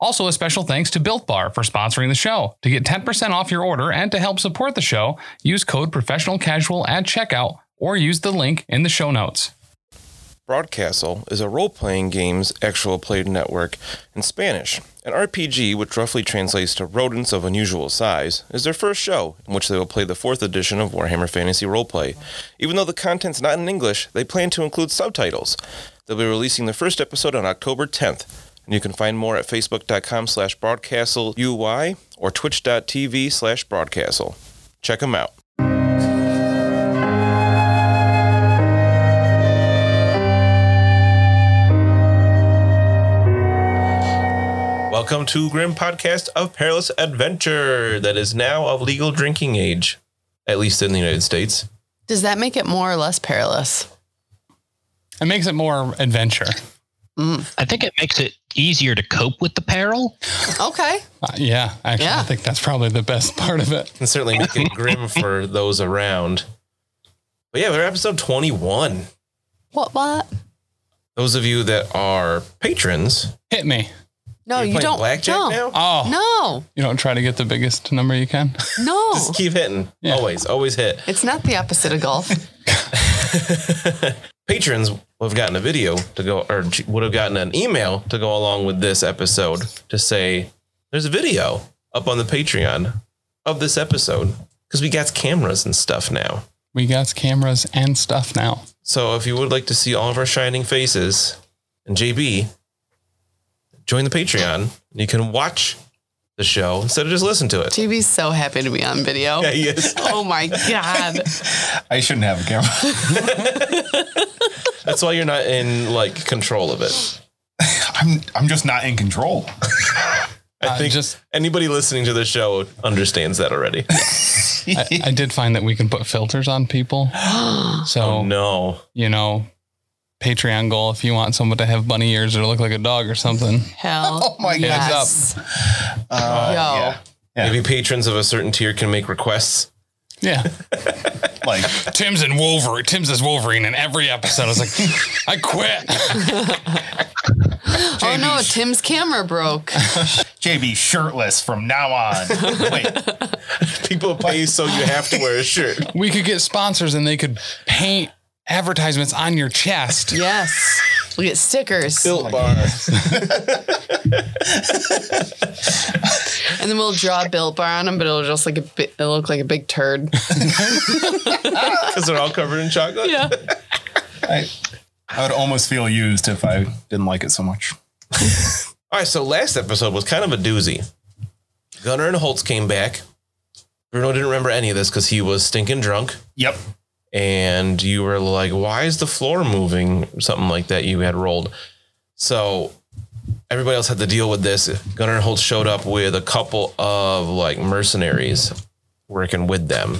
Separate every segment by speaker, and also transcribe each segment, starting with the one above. Speaker 1: Also, a special thanks to Built Bar for sponsoring the show. To get 10% off your order and to help support the show, use code Professional Casual at checkout or use the link in the show notes.
Speaker 2: Broadcastle is a role playing game's actual play network in Spanish. An RPG, which roughly translates to Rodents of Unusual Size, is their first show in which they will play the fourth edition of Warhammer Fantasy Roleplay. Even though the content's not in English, they plan to include subtitles. They'll be releasing the first episode on October 10th, and you can find more at facebook.com slash broadcastleui or twitch.tv slash broadcastle. Check them out. Welcome to Grim Podcast of Perilous Adventure, that is now of legal drinking age, at least in the United States.
Speaker 3: Does that make it more or less perilous?
Speaker 1: It makes it more adventure.
Speaker 3: Mm.
Speaker 4: I think it makes it easier to cope with the peril.
Speaker 3: Okay.
Speaker 1: Uh, yeah, actually, I
Speaker 3: Yeah.
Speaker 1: think that's probably the best part of it.
Speaker 2: And certainly make it grim for those around. But yeah, we're episode 21.
Speaker 3: What? What?
Speaker 2: Those of you that are patrons,
Speaker 1: Hit me.
Speaker 3: No,
Speaker 2: you're
Speaker 3: you
Speaker 2: playing
Speaker 3: don't.
Speaker 2: blackjack
Speaker 3: no.
Speaker 2: now?
Speaker 1: Oh,
Speaker 3: No,
Speaker 1: you don't try to get the biggest number you can.
Speaker 3: no.
Speaker 2: Just keep hitting.
Speaker 1: Yeah.
Speaker 2: Always, always hit.
Speaker 3: it's not the opposite of golf.
Speaker 2: patrons would have gotten a video to go or would have gotten an email to go along with this episode to say there's a video up on the patreon of this episode because we got cameras and stuff now
Speaker 1: We got cameras and stuff now.
Speaker 2: so if you would like to see all of our shining faces and jb join the patreon and you can watch the show instead of just listen to it
Speaker 3: JB's so happy to be on video.
Speaker 2: yeah he is
Speaker 3: Oh my god.
Speaker 5: I shouldn't have a camera.
Speaker 2: that's why you're not in like control of it
Speaker 5: I'm I'm just not in control.
Speaker 2: i
Speaker 1: I
Speaker 2: think
Speaker 1: just
Speaker 2: anybody listening to the show understands that already
Speaker 1: I, I did find that we can put filters on people. So
Speaker 2: no
Speaker 1: you know, Patreon goal if you want someone to have bunny ears or look like a dog or something.
Speaker 3: Hell.
Speaker 5: Oh my goodness.
Speaker 3: yes. Yo.
Speaker 2: Uh,
Speaker 5: yeah. Yeah.
Speaker 2: Maybe patrons of a certain tier can make requests.
Speaker 1: Yeah.
Speaker 5: Like
Speaker 1: Tim's in Wolverine. Tim's is Wolverine in every episode. I was like, I quit.
Speaker 3: Oh no, Tim's camera broke.
Speaker 5: JB shirtless from now on. Wait,
Speaker 2: People pay so you have to wear a shirt.
Speaker 1: We could get sponsors and they could paint advertisements on your chest.
Speaker 3: yes. We get stickers. Oh
Speaker 2: Built bar.
Speaker 3: And then we'll draw a built bar on them, but it'll just like a bi- it'll look like a big turd.
Speaker 2: Because they're all covered in chocolate.
Speaker 3: Yeah.
Speaker 5: I, I would almost feel used if I didn't like it so much.
Speaker 2: All right, so last episode was kind of a doozy. Gunnar and Holtz came back. Bruno didn't remember any of this because he was stinking drunk.
Speaker 5: Yep.
Speaker 2: And you were like, why is the floor moving? Something like that you had rolled. So everybody else had to deal with this. Gunnar and Holtz showed up with a couple of like mercenaries working with them.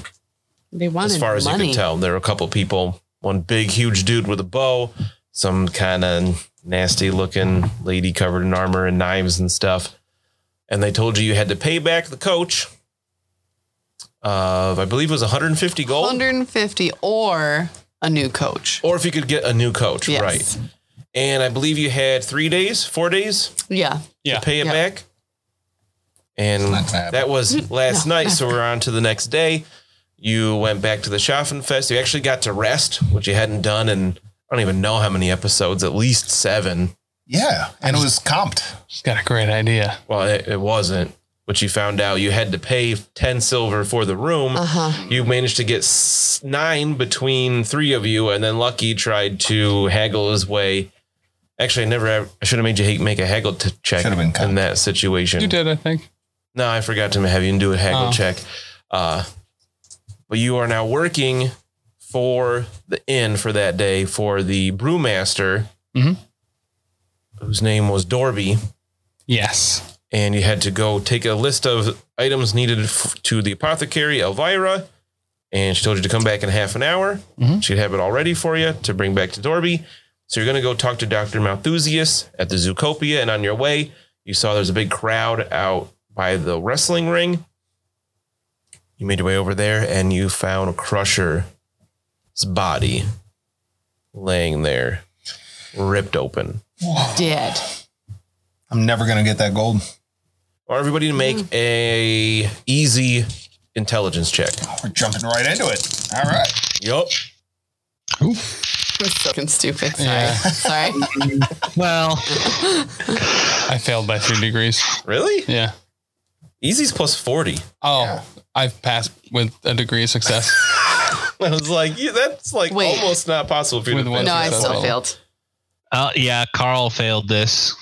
Speaker 3: They wanted
Speaker 2: as far as
Speaker 3: money.
Speaker 2: you can tell. There were a couple people, one big, huge dude with a bow, some kind of nasty looking lady covered in armor and knives and stuff. And they told you you had to pay back the coach of, I believe it was 150 gold,
Speaker 3: 150 or a new coach.
Speaker 2: or if you could get a new coach,
Speaker 3: Yes.
Speaker 2: right? And I believe you had three days, four days
Speaker 3: Yeah.
Speaker 1: Yeah.
Speaker 2: to pay it
Speaker 3: Yeah.
Speaker 2: back. And
Speaker 5: Not bad.
Speaker 2: that was
Speaker 1: Mm-hmm.
Speaker 2: last night. So we're on to the next day. You went back to the Schaffenfest. You actually got to rest, which you hadn't done in I don't even know how many episodes, at least seven.
Speaker 5: Yeah, and it was comped.
Speaker 1: She's got a great idea.
Speaker 2: Well, it, it wasn't, but you found out you had to pay 10 silver for the room.
Speaker 3: Uh-huh.
Speaker 2: You managed to get s- nine between three of you, and then Lucky tried to haggle his way. Actually, I never, I should have made you ha- make a haggle t- check
Speaker 5: Should've been cut.
Speaker 2: in that situation.
Speaker 1: You did, I think.
Speaker 2: No, I forgot to have you do a haggle
Speaker 1: Oh.
Speaker 2: check. Uh, but you are now working for the inn for that day for the brewmaster,
Speaker 1: Mhm.
Speaker 2: whose name was Dorby,
Speaker 1: Yes.
Speaker 2: and you had to go take a list of items needed f- to the apothecary Elvira, and she told you to come back in half an hour. She'd have it all ready for you to bring back to Dorby. So you're going to go talk to Dr. Malthusius at the Zootopia, and on your way, you saw there's a big crowd out by the wrestling ring. You made your way over there, and you found Crusher's body laying there, ripped open.
Speaker 3: Dead.
Speaker 5: I'm never gonna get that gold.
Speaker 2: Or everybody to
Speaker 3: Mm.
Speaker 2: make a easy intelligence check.
Speaker 5: We're jumping right into it. All right.
Speaker 2: Yup.
Speaker 3: I'm fucking stupid. Sorry. Sorry.
Speaker 6: Well,
Speaker 1: I failed by three degrees.
Speaker 2: Really?
Speaker 1: Yeah.
Speaker 2: Easy's plus 40.
Speaker 1: Oh, I've passed with a degree of success.
Speaker 2: I was like, yeah, that's like
Speaker 3: Wait.
Speaker 2: almost not possible for you
Speaker 1: With
Speaker 2: to
Speaker 1: one
Speaker 2: fail.
Speaker 3: No, I
Speaker 1: success.
Speaker 3: still failed.
Speaker 6: uh, yeah, Carl failed this.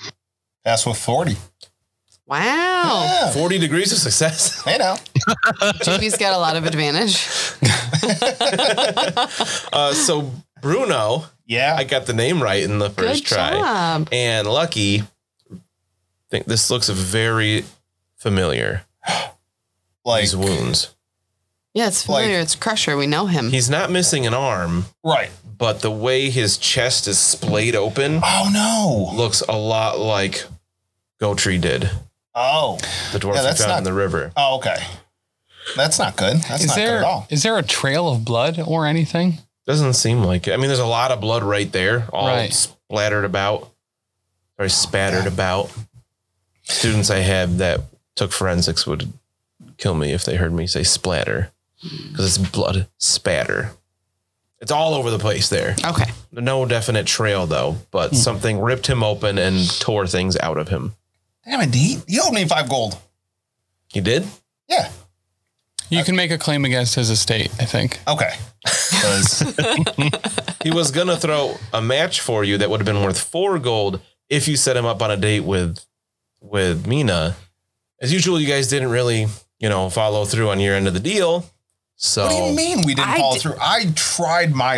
Speaker 5: That's with 40.
Speaker 3: Wow.
Speaker 5: Yeah.
Speaker 2: 40 degrees of success.
Speaker 5: Hey now.
Speaker 3: Juby's got a lot of advantage.
Speaker 2: Uh, so Bruno,
Speaker 5: Yeah.
Speaker 2: I got the name right in the first
Speaker 3: Good
Speaker 2: try.
Speaker 3: job.
Speaker 2: And Lucky, I think this looks very familiar.
Speaker 5: like
Speaker 2: These wounds.
Speaker 3: Yeah, it's familiar. it's Crusher. We know him.
Speaker 2: He's not missing an arm,
Speaker 5: right.
Speaker 2: but the way his chest is splayed open
Speaker 5: Oh no.
Speaker 2: looks a lot like Gotree did.
Speaker 5: Oh.
Speaker 2: The dwarf
Speaker 5: Yeah,
Speaker 2: we
Speaker 5: that's
Speaker 2: found
Speaker 5: not-
Speaker 2: in the river.
Speaker 5: Oh, okay. That's not good. That's
Speaker 1: Is
Speaker 5: not good
Speaker 1: there
Speaker 5: at all.
Speaker 1: is there a trail of blood or anything?
Speaker 2: Doesn't seem like it. I mean, there's a lot of blood right there, all
Speaker 1: Right.
Speaker 2: splattered about, or spattered about. Students I had that took forensics would kill me if they heard me say splatter because it's blood spatter. It's all over the place there.
Speaker 3: Okay.
Speaker 2: No definite trail though, but
Speaker 5: Hmm.
Speaker 2: something ripped him open and tore things out of him.
Speaker 5: Damn it, D. He owed me five gold.
Speaker 2: You did?
Speaker 5: Yeah.
Speaker 1: You can make a claim against his estate, I think.
Speaker 5: Okay. 'Cause-
Speaker 2: He was gonna throw a match for you that would have been worth four gold if you set him up on a date with with Mina. As usual, you guys didn't really, you know, follow through on your end of the deal. So
Speaker 5: what do
Speaker 2: Oh,
Speaker 5: you mean we didn't
Speaker 3: I
Speaker 5: follow
Speaker 3: di-
Speaker 5: through? I tried my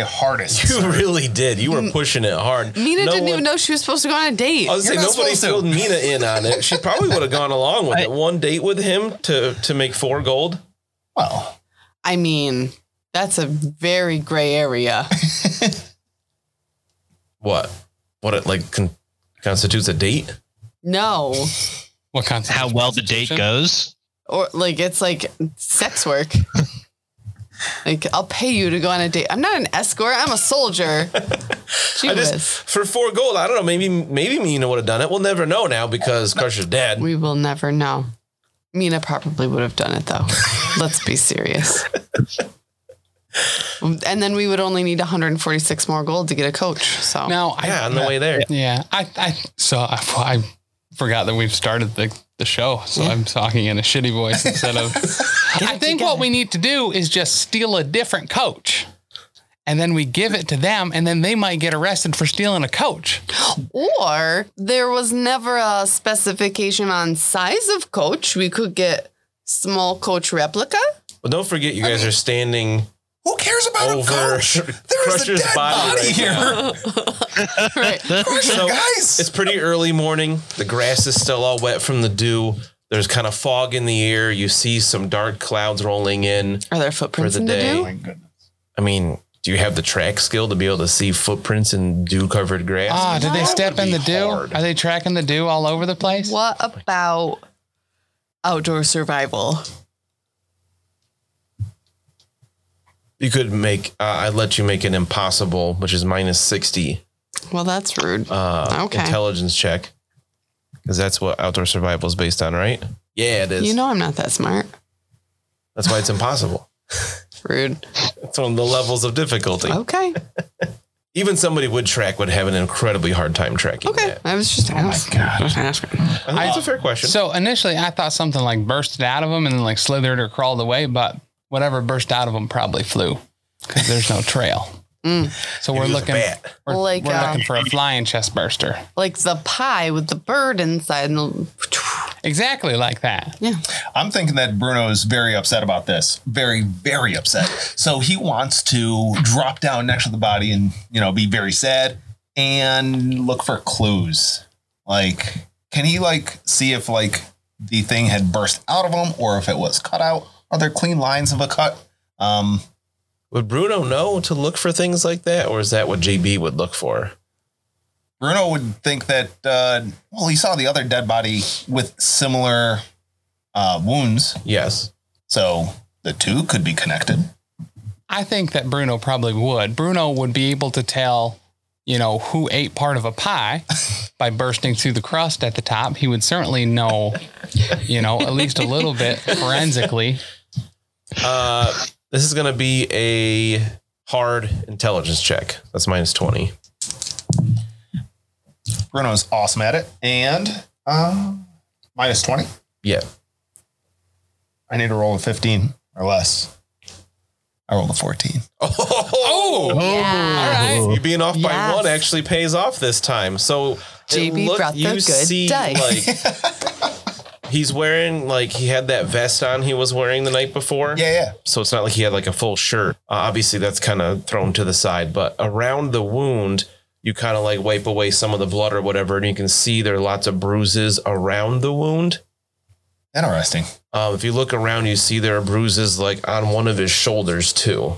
Speaker 5: hardest.
Speaker 2: You really did. You
Speaker 5: Mm.
Speaker 2: were pushing it hard.
Speaker 3: Mina
Speaker 2: one-
Speaker 3: didn't
Speaker 2: Oh.
Speaker 3: even know she was supposed to go on a date.
Speaker 2: I was
Speaker 5: You're
Speaker 2: saying
Speaker 5: not
Speaker 2: nobody
Speaker 5: supposed to.
Speaker 2: filled Mina in on it. She probably would have gone along with it. One date with him to to make four gold.
Speaker 5: well,
Speaker 3: I mean, that's a very gray area.
Speaker 2: What? What it like con- constitutes a date?
Speaker 3: No.
Speaker 1: What concept?
Speaker 6: How well the date goes.
Speaker 3: Or like it's like sex work. like I'll pay you to go on a date. I'm not an escort, I'm a soldier.
Speaker 2: I
Speaker 3: Jeebus.
Speaker 2: just for four gold. I don't know. Maybe maybe Mina would have done it. We'll never know now because Crusher's dead.
Speaker 3: we will never know. Mina probably would have done it though. Let's be serious. And then we would only need 146 more gold to get a coach. So
Speaker 1: Now I
Speaker 2: Yeah, on the way there.
Speaker 1: Yeah, I, I so I, I forgot that we've started the, the show, so I'm talking in a shitty voice instead of. I think what we need to do is just steal a different coach, and then we give it to them, and then they might get arrested for stealing a coach.
Speaker 3: Or there was never a specification on size of coach. We could get small coach replica.
Speaker 2: But don't forget, you guys are standing
Speaker 5: who cares about a
Speaker 2: over
Speaker 5: coach? There is a
Speaker 2: Crusher's
Speaker 5: dead
Speaker 2: body
Speaker 5: body
Speaker 2: right
Speaker 5: here.
Speaker 2: now.
Speaker 3: Right.
Speaker 2: So
Speaker 5: Guys.
Speaker 2: it's pretty early morning. The grass is still all wet from the dew. There's kind of fog in the air. You see some dark clouds rolling in.
Speaker 3: Are there footprints
Speaker 2: the
Speaker 3: in the
Speaker 2: day.
Speaker 3: dew?
Speaker 5: my goodness.
Speaker 2: I mean, do you have the track skill to be able to see footprints in dew-covered grass?
Speaker 1: Ah, did they
Speaker 3: That
Speaker 1: step in
Speaker 2: be
Speaker 1: the dew?
Speaker 2: hard.
Speaker 1: Are they tracking the dew all over the place?
Speaker 3: What about outdoor survival?
Speaker 2: you could make. Uh, I let you make an impossible, which is minus sixty
Speaker 3: Well, that's rude.
Speaker 2: uh,
Speaker 3: Okay.
Speaker 2: intelligence check, because that's what outdoor survival is based on, right? Yeah, it is.
Speaker 3: you know I'm not that smart.
Speaker 2: that's why it's impossible.
Speaker 3: Rude.
Speaker 2: It's on the levels of difficulty.
Speaker 3: Okay.
Speaker 2: Even somebody would track would have an incredibly hard time tracking
Speaker 3: Okay.
Speaker 2: that.
Speaker 3: I was just asking. I was asking.
Speaker 2: I think that's a fair question.
Speaker 1: So initially, I thought something like bursted out of them and then like slithered or crawled away, but whatever burst out of them probably flew because there's no trail. So we're
Speaker 2: was a
Speaker 1: looking,
Speaker 2: bat.
Speaker 1: we're,
Speaker 3: Mm. Like,
Speaker 1: we're
Speaker 3: um,
Speaker 1: looking for a flying chest burster,
Speaker 3: Like the pie with the bird inside. And the,
Speaker 1: exactly like that.
Speaker 3: yeah.
Speaker 5: I'm thinking that Bruno is very upset about this. Very, very upset. So he wants to drop down next to the body and, you know, be very sad and look for clues. Like, can he like see if like the thing had burst out of him or if it was cut out. Other clean lines of a cut. Um,
Speaker 2: Would Bruno know to look for things like that, or is that what JB would look for?
Speaker 5: Bruno would think that, uh, well, he saw the other dead body with similar uh, wounds,
Speaker 2: Yes.
Speaker 5: so the two could be connected.
Speaker 1: I think that Bruno probably would. Bruno would be able to tell, you know, who ate part of a pie by bursting through the crust at the top. He would certainly know, you know, at least a little bit forensically.
Speaker 2: Uh, this is going to be a hard intelligence check. That's minus 20.
Speaker 5: Bruno's awesome at it, and uh, minus twenty.
Speaker 2: Yeah.
Speaker 5: I need to roll a fifteen or less. I rolled a fourteen.
Speaker 2: Oh,
Speaker 3: Yeah.
Speaker 2: you being off by
Speaker 3: Oh. Yes.
Speaker 2: one actually pays off this time. So it
Speaker 3: JB brought the good dice.
Speaker 2: like he's wearing like he had that vest on he was wearing the night before.
Speaker 5: Yeah, yeah.
Speaker 2: So it's not like he had like a full shirt. Uh, obviously, that's kind of thrown to the side, but around the wound, you kind of like wipe away some of the blood or whatever, and you can see there are lots of bruises around the wound.
Speaker 5: Interesting.
Speaker 2: Um, if you look around, you see there are bruises like on one of his shoulders too.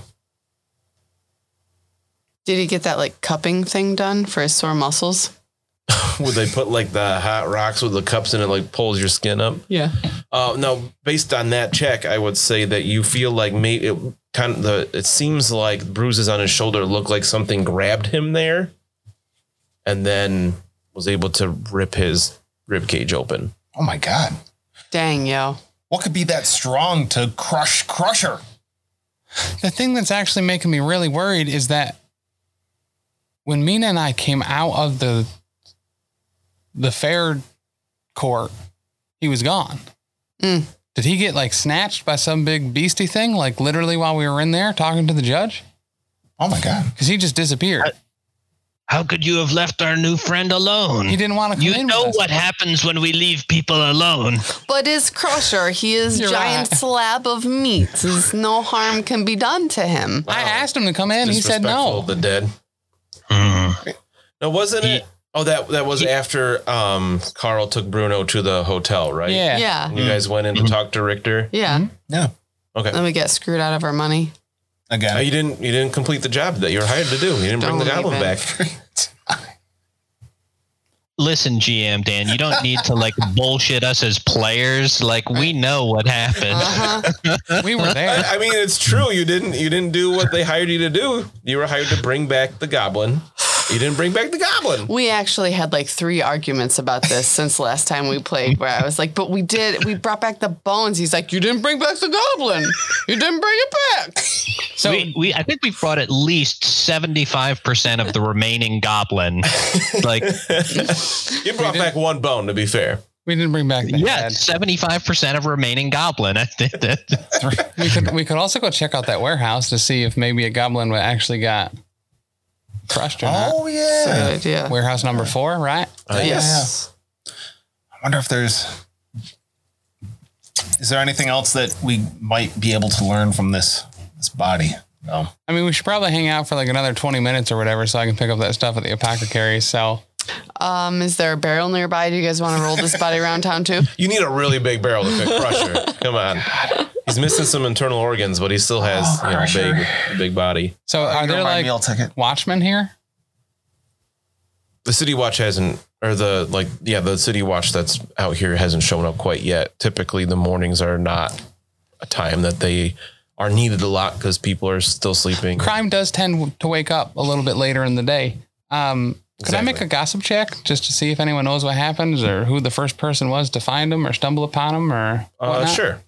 Speaker 3: Did he get that like cupping thing done for his sore muscles?
Speaker 2: Would they put like the hot rocks with the cups in it, like pulls your skin up?
Speaker 3: Yeah.
Speaker 2: Uh, no, based on that check, I would say that you feel like mate it kind of the it seems like bruises on his shoulder look like something grabbed him there, and then was able to rip his rib cage open.
Speaker 5: Oh my god,
Speaker 3: Dang, yo.
Speaker 5: what could be that strong to crush Crusher?
Speaker 1: The thing that's actually making me really worried is that when Mina and I came out of the the fair court, he was gone.
Speaker 3: Mm.
Speaker 1: Did he get like snatched by some big beastie thing, like literally while we were in there talking to the judge?
Speaker 5: Oh my god.
Speaker 1: Because he just disappeared.
Speaker 7: How could you have left our new friend alone?
Speaker 1: he didn't want to come
Speaker 7: You
Speaker 1: in.
Speaker 7: know
Speaker 1: with us.
Speaker 7: what happens when we leave people alone.
Speaker 3: But his crusher, he is
Speaker 1: You're
Speaker 3: giant
Speaker 1: right.
Speaker 3: slab of meat. There's no harm can be done to him.
Speaker 1: I asked him to come in. He said
Speaker 2: Disrespectful
Speaker 1: no.
Speaker 2: of The dead.
Speaker 7: Hmm.
Speaker 2: No, wasn't it? Oh, that that was after um Carl took Bruno to the hotel, right?
Speaker 1: Yeah. Mm-hmm.
Speaker 3: Yeah.
Speaker 2: And you guys went in to talk to Richter.
Speaker 3: Yeah.
Speaker 5: Yeah.
Speaker 2: Okay.
Speaker 3: Then we get screwed out of our money.
Speaker 5: Again.
Speaker 2: Uh, you didn't. You didn't complete the job that you were hired to do. You didn't bring the
Speaker 3: Don't
Speaker 2: goblin
Speaker 3: even.
Speaker 2: back.
Speaker 7: Listen, GM Dan, you don't need to like bullshit us as players. Like we know what happened.
Speaker 3: Uh-huh.
Speaker 1: We were there.
Speaker 2: I, I mean, it's true. You didn't. You didn't do what they hired you to do. You were hired to bring back the goblin. You didn't bring back the goblin.
Speaker 3: we actually had like three arguments about this since last time we played, where I was like, but we did, we brought back the bones. He's like, you didn't bring back the goblin. You didn't bring it back.
Speaker 1: So
Speaker 7: we, we, I think we brought at least seventy-five percent of the remaining goblin. Like,
Speaker 2: You brought back one bone. To be fair,
Speaker 1: we didn't bring back the
Speaker 7: yeah,
Speaker 1: head.
Speaker 7: seventy-five percent of remaining goblin. I think that
Speaker 1: We could we could also go check out that warehouse to see if maybe a goblin would actually got crushed or
Speaker 5: oh yeah.
Speaker 3: Good idea.
Speaker 1: not. Warehouse number four, right?
Speaker 5: Oh,
Speaker 2: Uh,
Speaker 3: yes.
Speaker 5: I wonder if there's is there anything else that we might be able to learn from this this body? No.
Speaker 1: I mean, we should probably hang out for like another twenty minutes or whatever, so I can pick up that stuff at the apothecary. So
Speaker 3: Um, is there a barrel nearby? Do you guys want to roll this body around town too?
Speaker 2: You need a really big barrel to pick Crusher. Come on. He's missing some internal organs, but he still has
Speaker 5: Oh,
Speaker 2: you know,
Speaker 5: Crusher.
Speaker 2: big, big body.
Speaker 1: so are there
Speaker 5: You're my
Speaker 1: like
Speaker 5: meal ticket?
Speaker 1: watchmen here?
Speaker 2: The city watch hasn't, or the like, yeah, the city watch that's out here hasn't shown up quite yet. Typically, the mornings are not a time that they are needed a lot because people are still sleeping.
Speaker 1: Crime does tend to wake up a little bit later in the day. Um, could I make
Speaker 2: Exactly.
Speaker 1: a gossip check just to see if anyone knows what happens or who the first person was to find them or stumble upon them or
Speaker 2: Uh,
Speaker 1: whatnot?
Speaker 2: sure.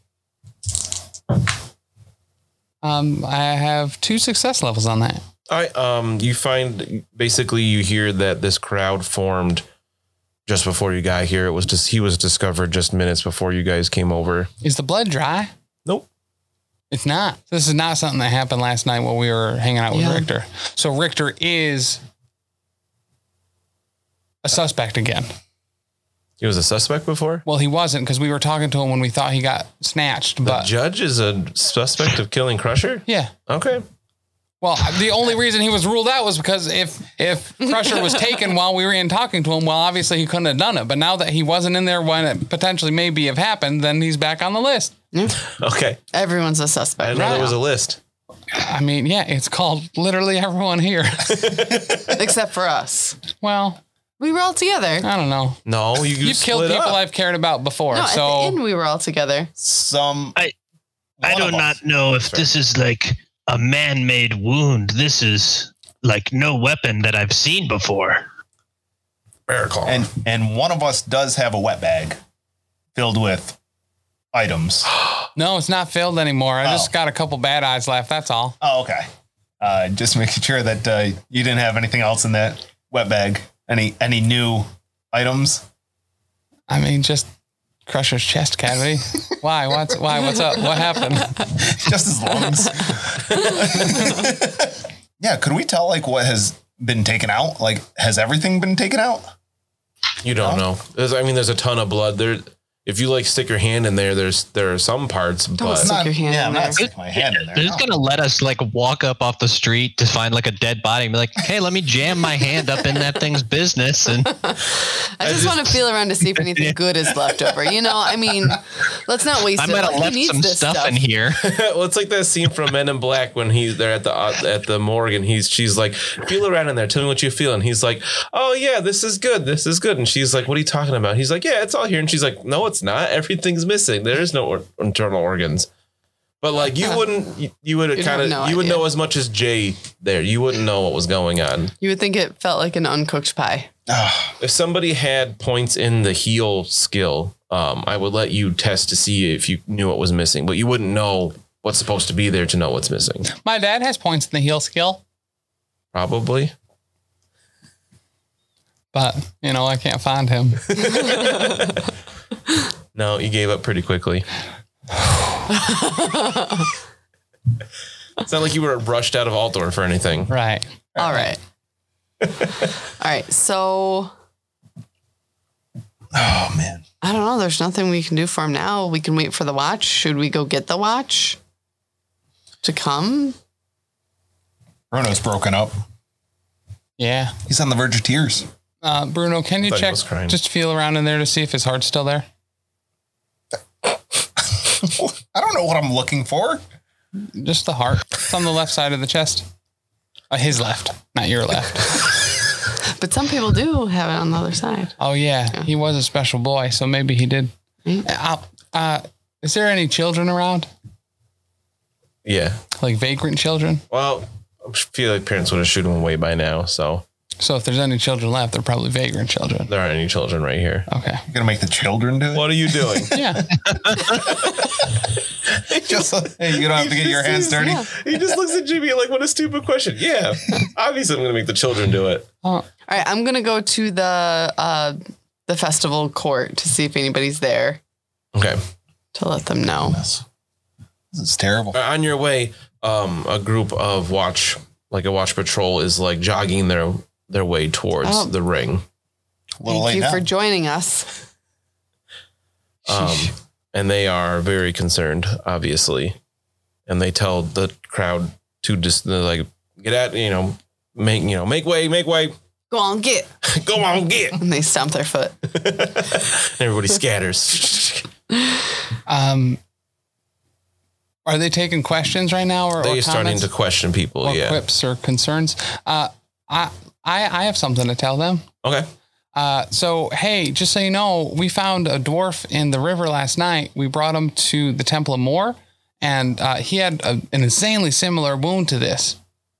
Speaker 1: Um, I have two success levels on that.
Speaker 2: All right. Um, you find basically you hear that this crowd formed just before you got here. It was just he was discovered just minutes before you guys came over.
Speaker 1: Is the blood dry?
Speaker 2: Nope.
Speaker 1: It's not. This is not something that happened last night while we were hanging out with
Speaker 3: Yeah.
Speaker 1: Richter. So Richter is a suspect again.
Speaker 2: He was a suspect before.
Speaker 1: Well, he wasn't because we were talking to him when we thought he got snatched,
Speaker 2: The
Speaker 1: but
Speaker 2: judge is a suspect of killing Crusher.
Speaker 1: yeah.
Speaker 2: Okay.
Speaker 1: Well, the only reason he was ruled out was because if if Crusher was taken while we were in talking to him, well, obviously he couldn't have done it. But now that he wasn't in there when it potentially maybe have happened, then he's back on the list.
Speaker 2: Okay.
Speaker 3: Everyone's a
Speaker 2: I
Speaker 3: suspect
Speaker 2: didn't know there
Speaker 3: now,
Speaker 2: was a list.
Speaker 1: I mean, yeah, it's called literally everyone here.
Speaker 3: except for us.
Speaker 1: well,
Speaker 3: We were all together.
Speaker 1: I don't know.
Speaker 2: No, you, you
Speaker 1: You've killed people
Speaker 2: Up.
Speaker 1: I've cared about before,
Speaker 3: No,
Speaker 1: so
Speaker 3: at the end we were all together.
Speaker 5: Some
Speaker 7: I- I
Speaker 5: one
Speaker 7: do
Speaker 5: of us.
Speaker 7: not know if this is like a man made wound. This is like no weapon that I've seen before.
Speaker 2: Miracle.
Speaker 5: and and one of us does have a wet bag filled with items.
Speaker 1: no, it's not filled anymore. I
Speaker 5: Oh.
Speaker 1: just got a couple bad eyes left. That's all.
Speaker 5: Oh, okay. Uh, just making sure that uh, you didn't have anything else in that wet bag. Any any new items?
Speaker 1: I mean, just Crusher's chest cavity. why? What's why? What's up? What happened?
Speaker 5: Just his lungs. yeah. Could we tell like what has been taken out? Like, has everything been taken out?
Speaker 2: you don't know. There's, I mean, there's a ton of blood there. If you like stick your hand in there, there's there are some parts, but
Speaker 3: Stick
Speaker 5: Not-
Speaker 3: your hand
Speaker 5: yeah,
Speaker 3: in
Speaker 5: I'm
Speaker 3: there.
Speaker 5: not sticking my hand in there.
Speaker 7: They're just
Speaker 5: no.
Speaker 7: gonna let us like walk up off the street to find like a dead body and be like, "Hey, let me jam my hand up in that thing's business." And
Speaker 3: I just want to feel around to see if anything good is left over. You know, I mean, let's not waste
Speaker 7: I
Speaker 3: it.
Speaker 7: might have
Speaker 3: Like,
Speaker 7: left
Speaker 3: he needs
Speaker 7: some
Speaker 3: this
Speaker 7: stuff, in here.
Speaker 2: well, it's like that scene from Men in Black when he's there at the uh, at the morgue and he's she's like, feel around in there, tell me what you feel, and he's like, oh yeah, this is good, this is good, and she's like, what are you talking about? He's like, yeah, it's all here, and she's like, no, it's not, everything's missing, there is no or- internal organs. But like you wouldn't, you, Uh, you would
Speaker 3: You'd have
Speaker 2: kind of,
Speaker 3: no
Speaker 2: you would
Speaker 3: idea.
Speaker 2: know as much as Jay there. You wouldn't know what was going on.
Speaker 3: You would think it felt like an uncooked pie.
Speaker 5: Ah,
Speaker 2: If somebody had points in the heal skill, um, I would let you test to see if you knew what was missing, but you wouldn't know what's supposed to be there to know what's missing.
Speaker 1: My dad has points in the heel skill,
Speaker 2: Probably.
Speaker 1: but you know I can't find him.
Speaker 2: No, you gave up pretty quickly. it's not like you were rushed out of Altdorf or anything.
Speaker 1: right.
Speaker 3: All right. All right. So
Speaker 5: oh man.
Speaker 3: I don't know. There's nothing we can do for him now. We can wait for the watch. Should we go get the watch to come?
Speaker 5: Bruno's broken up.
Speaker 1: Yeah.
Speaker 5: He's on the verge of tears.
Speaker 1: Uh, Bruno, can you
Speaker 2: thought he
Speaker 1: check
Speaker 2: was crying.
Speaker 1: just feel around in there to see if his heart's still there?
Speaker 5: I don't know what I'm looking for.
Speaker 1: Just the heart. It's on the left side of the chest. Uh, his left, not your left.
Speaker 3: But some people do have it on the other side.
Speaker 1: Oh yeah, he was a special boy, so maybe he did.
Speaker 3: Hmm.
Speaker 1: Uh, uh, is there any children around,
Speaker 2: Yeah.
Speaker 1: like vagrant children?
Speaker 2: Well, I feel like parents would have shooed him away by now, so
Speaker 1: So if there's any children left, they're probably vagrant children.
Speaker 2: there aren't any children right here.
Speaker 1: Okay.
Speaker 5: You're gonna make the children do it.
Speaker 2: What are you doing?
Speaker 1: Yeah.
Speaker 5: Just hey, you don't have to get your hands dirty.
Speaker 3: Yeah.
Speaker 2: he just looks at Jimmy like, what a stupid question. Yeah. Obviously, I'm going to make the children do it.
Speaker 1: Oh,
Speaker 3: All right. I'm gonna go to the uh, the festival court to see if anybody's there
Speaker 2: Okay.
Speaker 3: to let them know.
Speaker 5: This this is terrible.
Speaker 2: Uh, on your way, um, a group of watch, like a watch patrol, is like jogging their their way towards
Speaker 3: Oh.
Speaker 2: the ring.
Speaker 5: A little
Speaker 3: Thank
Speaker 5: late
Speaker 3: you
Speaker 5: now.
Speaker 3: for joining us.
Speaker 2: Um, and they are very concerned, obviously. And they tell the crowd to just they're like get out, you know, make you know, make way, make way,
Speaker 3: Go on, get.
Speaker 2: go on, get. And
Speaker 3: And they stomp their foot.
Speaker 2: everybody scatters.
Speaker 1: um, are they taking questions right now, or,
Speaker 2: They're
Speaker 1: or
Speaker 2: starting
Speaker 1: comments,
Speaker 2: to question people.
Speaker 1: or
Speaker 2: yeah.
Speaker 1: quips, or concerns? Uh, I, I, I have something to tell them.
Speaker 2: Okay.
Speaker 1: Uh, so hey, just so you know, we found a dwarf in the river last night. We brought him to the Temple of Moor, and uh, he had a, an insanely similar wound to this.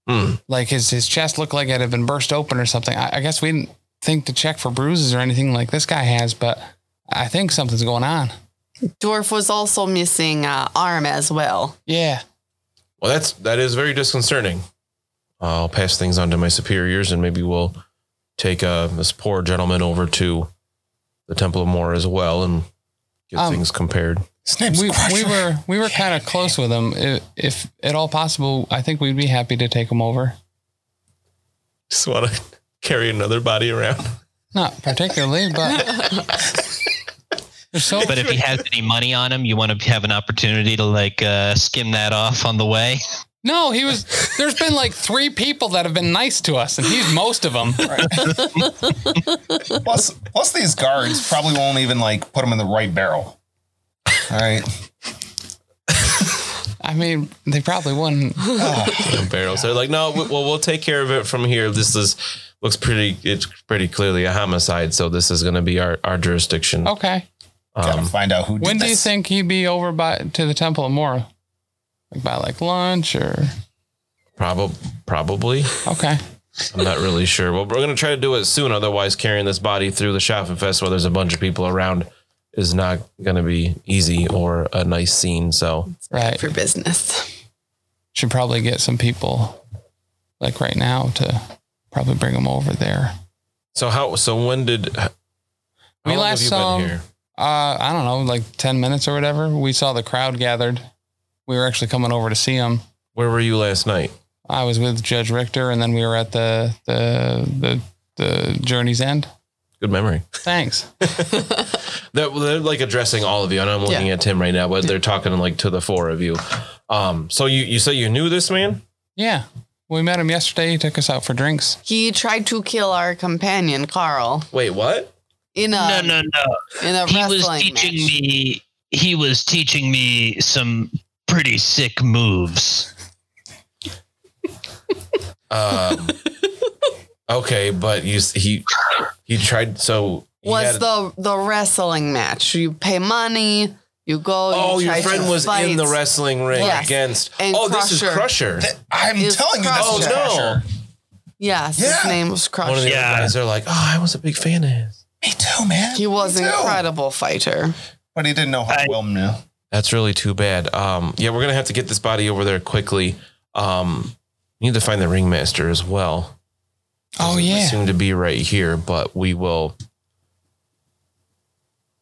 Speaker 2: Hmm.
Speaker 1: Like his his chest looked like it had been burst open or something. I, I guess we didn't think to check for bruises or anything like this guy has, but I think something's going on.
Speaker 3: Dwarf was also missing uh, arm as well.
Speaker 1: Yeah.
Speaker 2: Well, that's that is very disconcerting. I'll pass things on to my superiors, and maybe we'll take uh, this poor gentleman over to the Temple of Moor as well, and get
Speaker 1: Um,
Speaker 2: things compared.
Speaker 5: His name's
Speaker 1: We, we
Speaker 5: Crusher.
Speaker 1: were we were kind of close with him. If, if at all possible, I think we'd be happy to take him over.
Speaker 2: Just want to carry another body around.
Speaker 1: Not particularly, but there's so
Speaker 7: But if he has any money on him, you want to have an opportunity to like uh, skim that off on the way.
Speaker 1: No, he was. There's been like three people that have been nice to us, and he's most of them.
Speaker 5: Plus, plus these guards probably won't even like put them in the right barrel. All right.
Speaker 1: I mean, they probably wouldn't.
Speaker 2: the barrels. They're like, no, we, well, we'll take care of it from here. This is looks pretty. It's pretty clearly a homicide, so this is going to be our our jurisdiction.
Speaker 1: Okay.
Speaker 5: Gotta find out who.
Speaker 1: When
Speaker 5: did
Speaker 1: do you
Speaker 5: this.
Speaker 1: think he'd be over by to the Temple of Mora? Like by like lunch or
Speaker 2: Probably, probably.
Speaker 1: okay.
Speaker 2: I'm not really sure. Well, we're going to try to do it soon. Otherwise, carrying this body through the shopping fest where there's a bunch of people around is not going to be easy or a nice scene. So
Speaker 1: Right.
Speaker 3: for business.
Speaker 1: Should probably get some people like right now to probably bring them over there.
Speaker 2: So how? So when did? How
Speaker 1: We last saw him-
Speaker 2: here?
Speaker 1: Uh, I don't know, like 10 minutes or whatever. We saw the crowd gathered. We were actually coming over to see him.
Speaker 2: Where were you last night?
Speaker 1: I was with Judge Richter and then we were at the, the, the, the journey's end.
Speaker 2: Good memory.
Speaker 1: Thanks.
Speaker 2: They're, they're like addressing all of you, and I'm looking
Speaker 3: Yeah.
Speaker 2: at Tim right now, but they're talking like to the four of you. Um. So you you say you knew this man?
Speaker 1: Yeah. We met him yesterday. He took us out for drinks.
Speaker 3: He tried to kill our companion Carl
Speaker 2: Wait, what?
Speaker 3: in a
Speaker 7: no, no, no.
Speaker 3: in a
Speaker 7: He was
Speaker 3: wrestling match.
Speaker 7: teaching me. He was teaching me some pretty sick moves.
Speaker 2: Um. okay, but you s- he he tried. So he
Speaker 3: Was
Speaker 2: had-
Speaker 3: the the wrestling match? You pay money, you go.
Speaker 2: Oh,
Speaker 3: you
Speaker 2: your
Speaker 3: try
Speaker 2: friend
Speaker 3: to
Speaker 2: was
Speaker 3: fight.
Speaker 2: in the wrestling ring
Speaker 3: Yes.
Speaker 2: against.
Speaker 3: And
Speaker 2: oh, this is
Speaker 3: Crusher.
Speaker 2: Crusher.
Speaker 5: I'm
Speaker 3: It's
Speaker 5: telling you, this
Speaker 3: Crusher.
Speaker 5: was
Speaker 2: Oh,
Speaker 5: Crusher.
Speaker 3: Yes,
Speaker 5: Yeah.
Speaker 3: his name was
Speaker 2: One of
Speaker 3: Crusher.
Speaker 2: the
Speaker 7: Yeah.
Speaker 2: other guys are like, oh, I was a big fan of his.
Speaker 5: Me too, man.
Speaker 3: He was
Speaker 5: Me
Speaker 3: an
Speaker 5: too.
Speaker 3: incredible fighter.
Speaker 5: but he didn't know how
Speaker 7: I-
Speaker 5: well knew.
Speaker 2: That's really too bad. Um, yeah, we're gonna have to get this body over there quickly. Um, we need to find the ringmaster as well.
Speaker 1: Oh,
Speaker 2: They
Speaker 1: yeah.
Speaker 2: seem to be right here, but we will.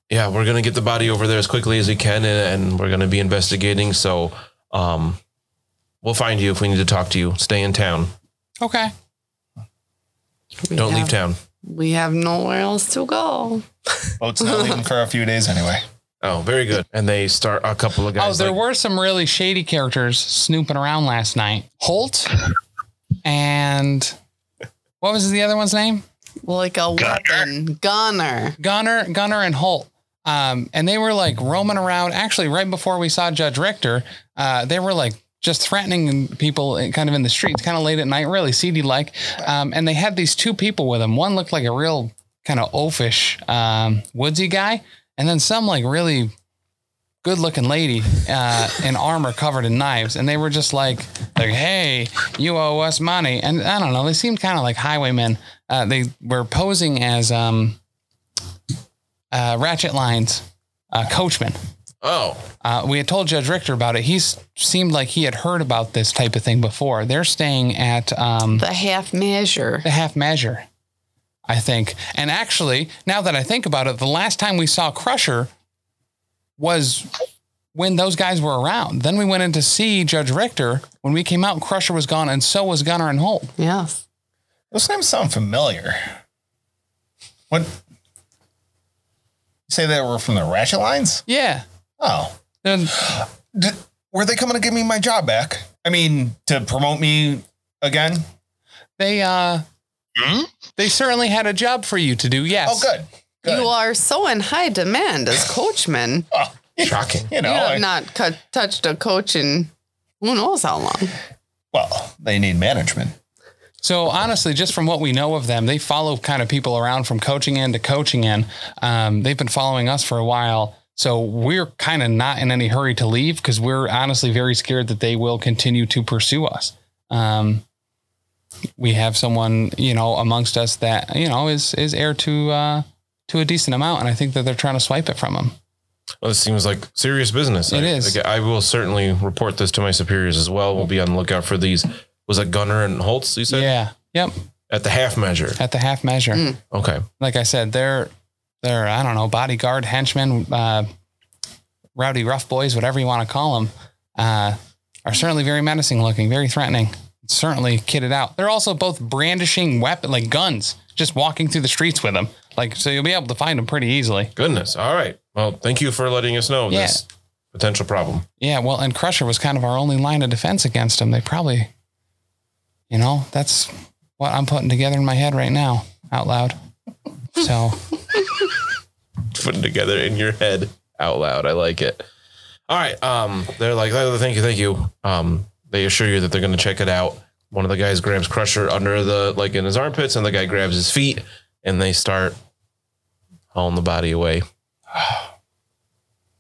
Speaker 2: Yeah, we're gonna get the body over there as quickly as we can, and, and we're gonna be investigating. So, um, we'll find you if we need to talk to you. Stay in town.
Speaker 1: Okay.
Speaker 3: We
Speaker 2: Don't leave
Speaker 3: have-
Speaker 2: town.
Speaker 3: We have nowhere else to go.
Speaker 5: Boat's not leaving for a few days anyway.
Speaker 2: Oh, very good. And they start a couple of
Speaker 1: Oh,
Speaker 2: guys.
Speaker 1: there
Speaker 2: like-
Speaker 1: were some really shady characters snooping around last night. Holt and what was the other one's name?
Speaker 3: Like a weapon, gunner.
Speaker 1: Gunner, Gunner, and Holt. Um, and they were like roaming around. Actually, right before we saw Judge Richter, uh, they were like just threatening people in- kind of in the streets, kind of late at night, really seedy like. Um, and they had these two people with them. One looked like a real kind of oafish, um, woodsy guy, and then some like really good looking lady uh, in armor covered in knives. And they were just like, like, hey, you owe us money. And I don't know, they seemed kind of like highwaymen. Uh, they were posing as. Um, uh, Ratchet Lines uh, coachman.
Speaker 2: oh,
Speaker 1: Uh, we had told Judge Richter about it. He seemed like he had heard about this type of thing before. They're staying at um,
Speaker 3: The half measure.
Speaker 1: the half measure, I think. And actually, now that I think about it, the last time we saw Crusher was when those guys were around. Then we went in to see Judge Richter. When we came out, Crusher was gone, and so was Gunner and Holt.
Speaker 3: Yes.
Speaker 5: Those names sound familiar. What? You say they were from the Ratchet Lines?
Speaker 1: Yeah.
Speaker 5: Oh.
Speaker 1: Then-
Speaker 5: D- were they coming to give me my job back? I mean, to promote me again?
Speaker 1: They uh,
Speaker 7: Hmm?
Speaker 1: they certainly had a job for you to do. Yes.
Speaker 5: Oh, good. Good. Oh,
Speaker 3: You are so in high demand as coachman.
Speaker 2: shocking.
Speaker 5: You know,
Speaker 3: you have
Speaker 5: I-
Speaker 3: not cut, touched a coach in who knows how long.
Speaker 5: well, they need management.
Speaker 1: So honestly, just from what we know of them, they follow kind of people around from coaching in to coaching in. Um, they've been following us for a while. So we're kind of not in any hurry to leave because we're honestly very scared that they will continue to pursue us. Um, we have someone, you know, amongst us that you know is is heir to uh, to a decent amount, and I think that they're trying to swipe it from him.
Speaker 2: Well, this seems like serious business.
Speaker 1: It
Speaker 2: I,
Speaker 1: is.
Speaker 2: I, I will certainly report this to my superiors as well. We'll be on the lookout for these. Was it Gunner and Holtz? You said
Speaker 1: Yeah. Yep.
Speaker 2: at the half measure.
Speaker 1: At the half measure.
Speaker 2: Okay.
Speaker 1: like I said, they're they're I don't know bodyguard henchmen, uh, rowdy rough boys, whatever you want to call them, uh, are certainly very menacing looking, very threatening. Certainly kitted out. They're also both brandishing weapon like guns, just walking through the streets with them. Like so, you'll be able to find them pretty easily.
Speaker 2: Goodness. All right. Well, thank you for letting us know
Speaker 1: Yeah.
Speaker 2: this. Potential problem.
Speaker 1: Yeah, well, and Crusher was kind of our only line of defense against him. They probably, you know, that's what I'm putting together in my head right now, out loud. So,
Speaker 2: Putting together in your head out loud. I like it. All right. Um, they're like, "Oh, thank you, thank you. Um, they assure you that they're going to check it out. One of the guys grabs Crusher under the like in his armpits, and the guy grabs his feet, and they start hauling the body away.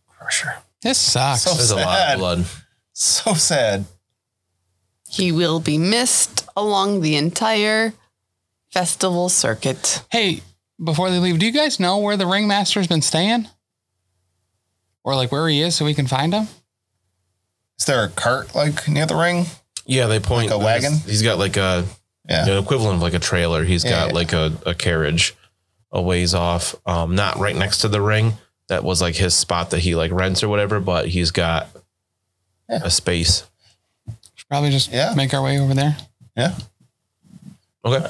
Speaker 5: Crusher.
Speaker 1: this sucks.
Speaker 5: So
Speaker 2: There's a lot
Speaker 5: sad.
Speaker 2: of blood.
Speaker 5: So sad.
Speaker 3: He will be missed along the entire festival circuit.
Speaker 1: hey, before they leave, do you guys know where the ringmaster's been staying? Or like where he is so we can find him?
Speaker 5: Is there a cart like near the ring?
Speaker 2: Yeah, they point
Speaker 5: Like a wagon?
Speaker 2: He's got like a
Speaker 5: Yeah.
Speaker 2: you know, equivalent of like a trailer. He's
Speaker 5: Yeah,
Speaker 2: got
Speaker 5: yeah.
Speaker 2: like a, a carriage a ways off, um, not right next to the ring. That was like his spot that he like rents or whatever, but he's got
Speaker 5: Yeah.
Speaker 2: a space.
Speaker 1: Should probably just
Speaker 5: Yeah.
Speaker 1: make our way over there
Speaker 5: Yeah.
Speaker 2: Okay.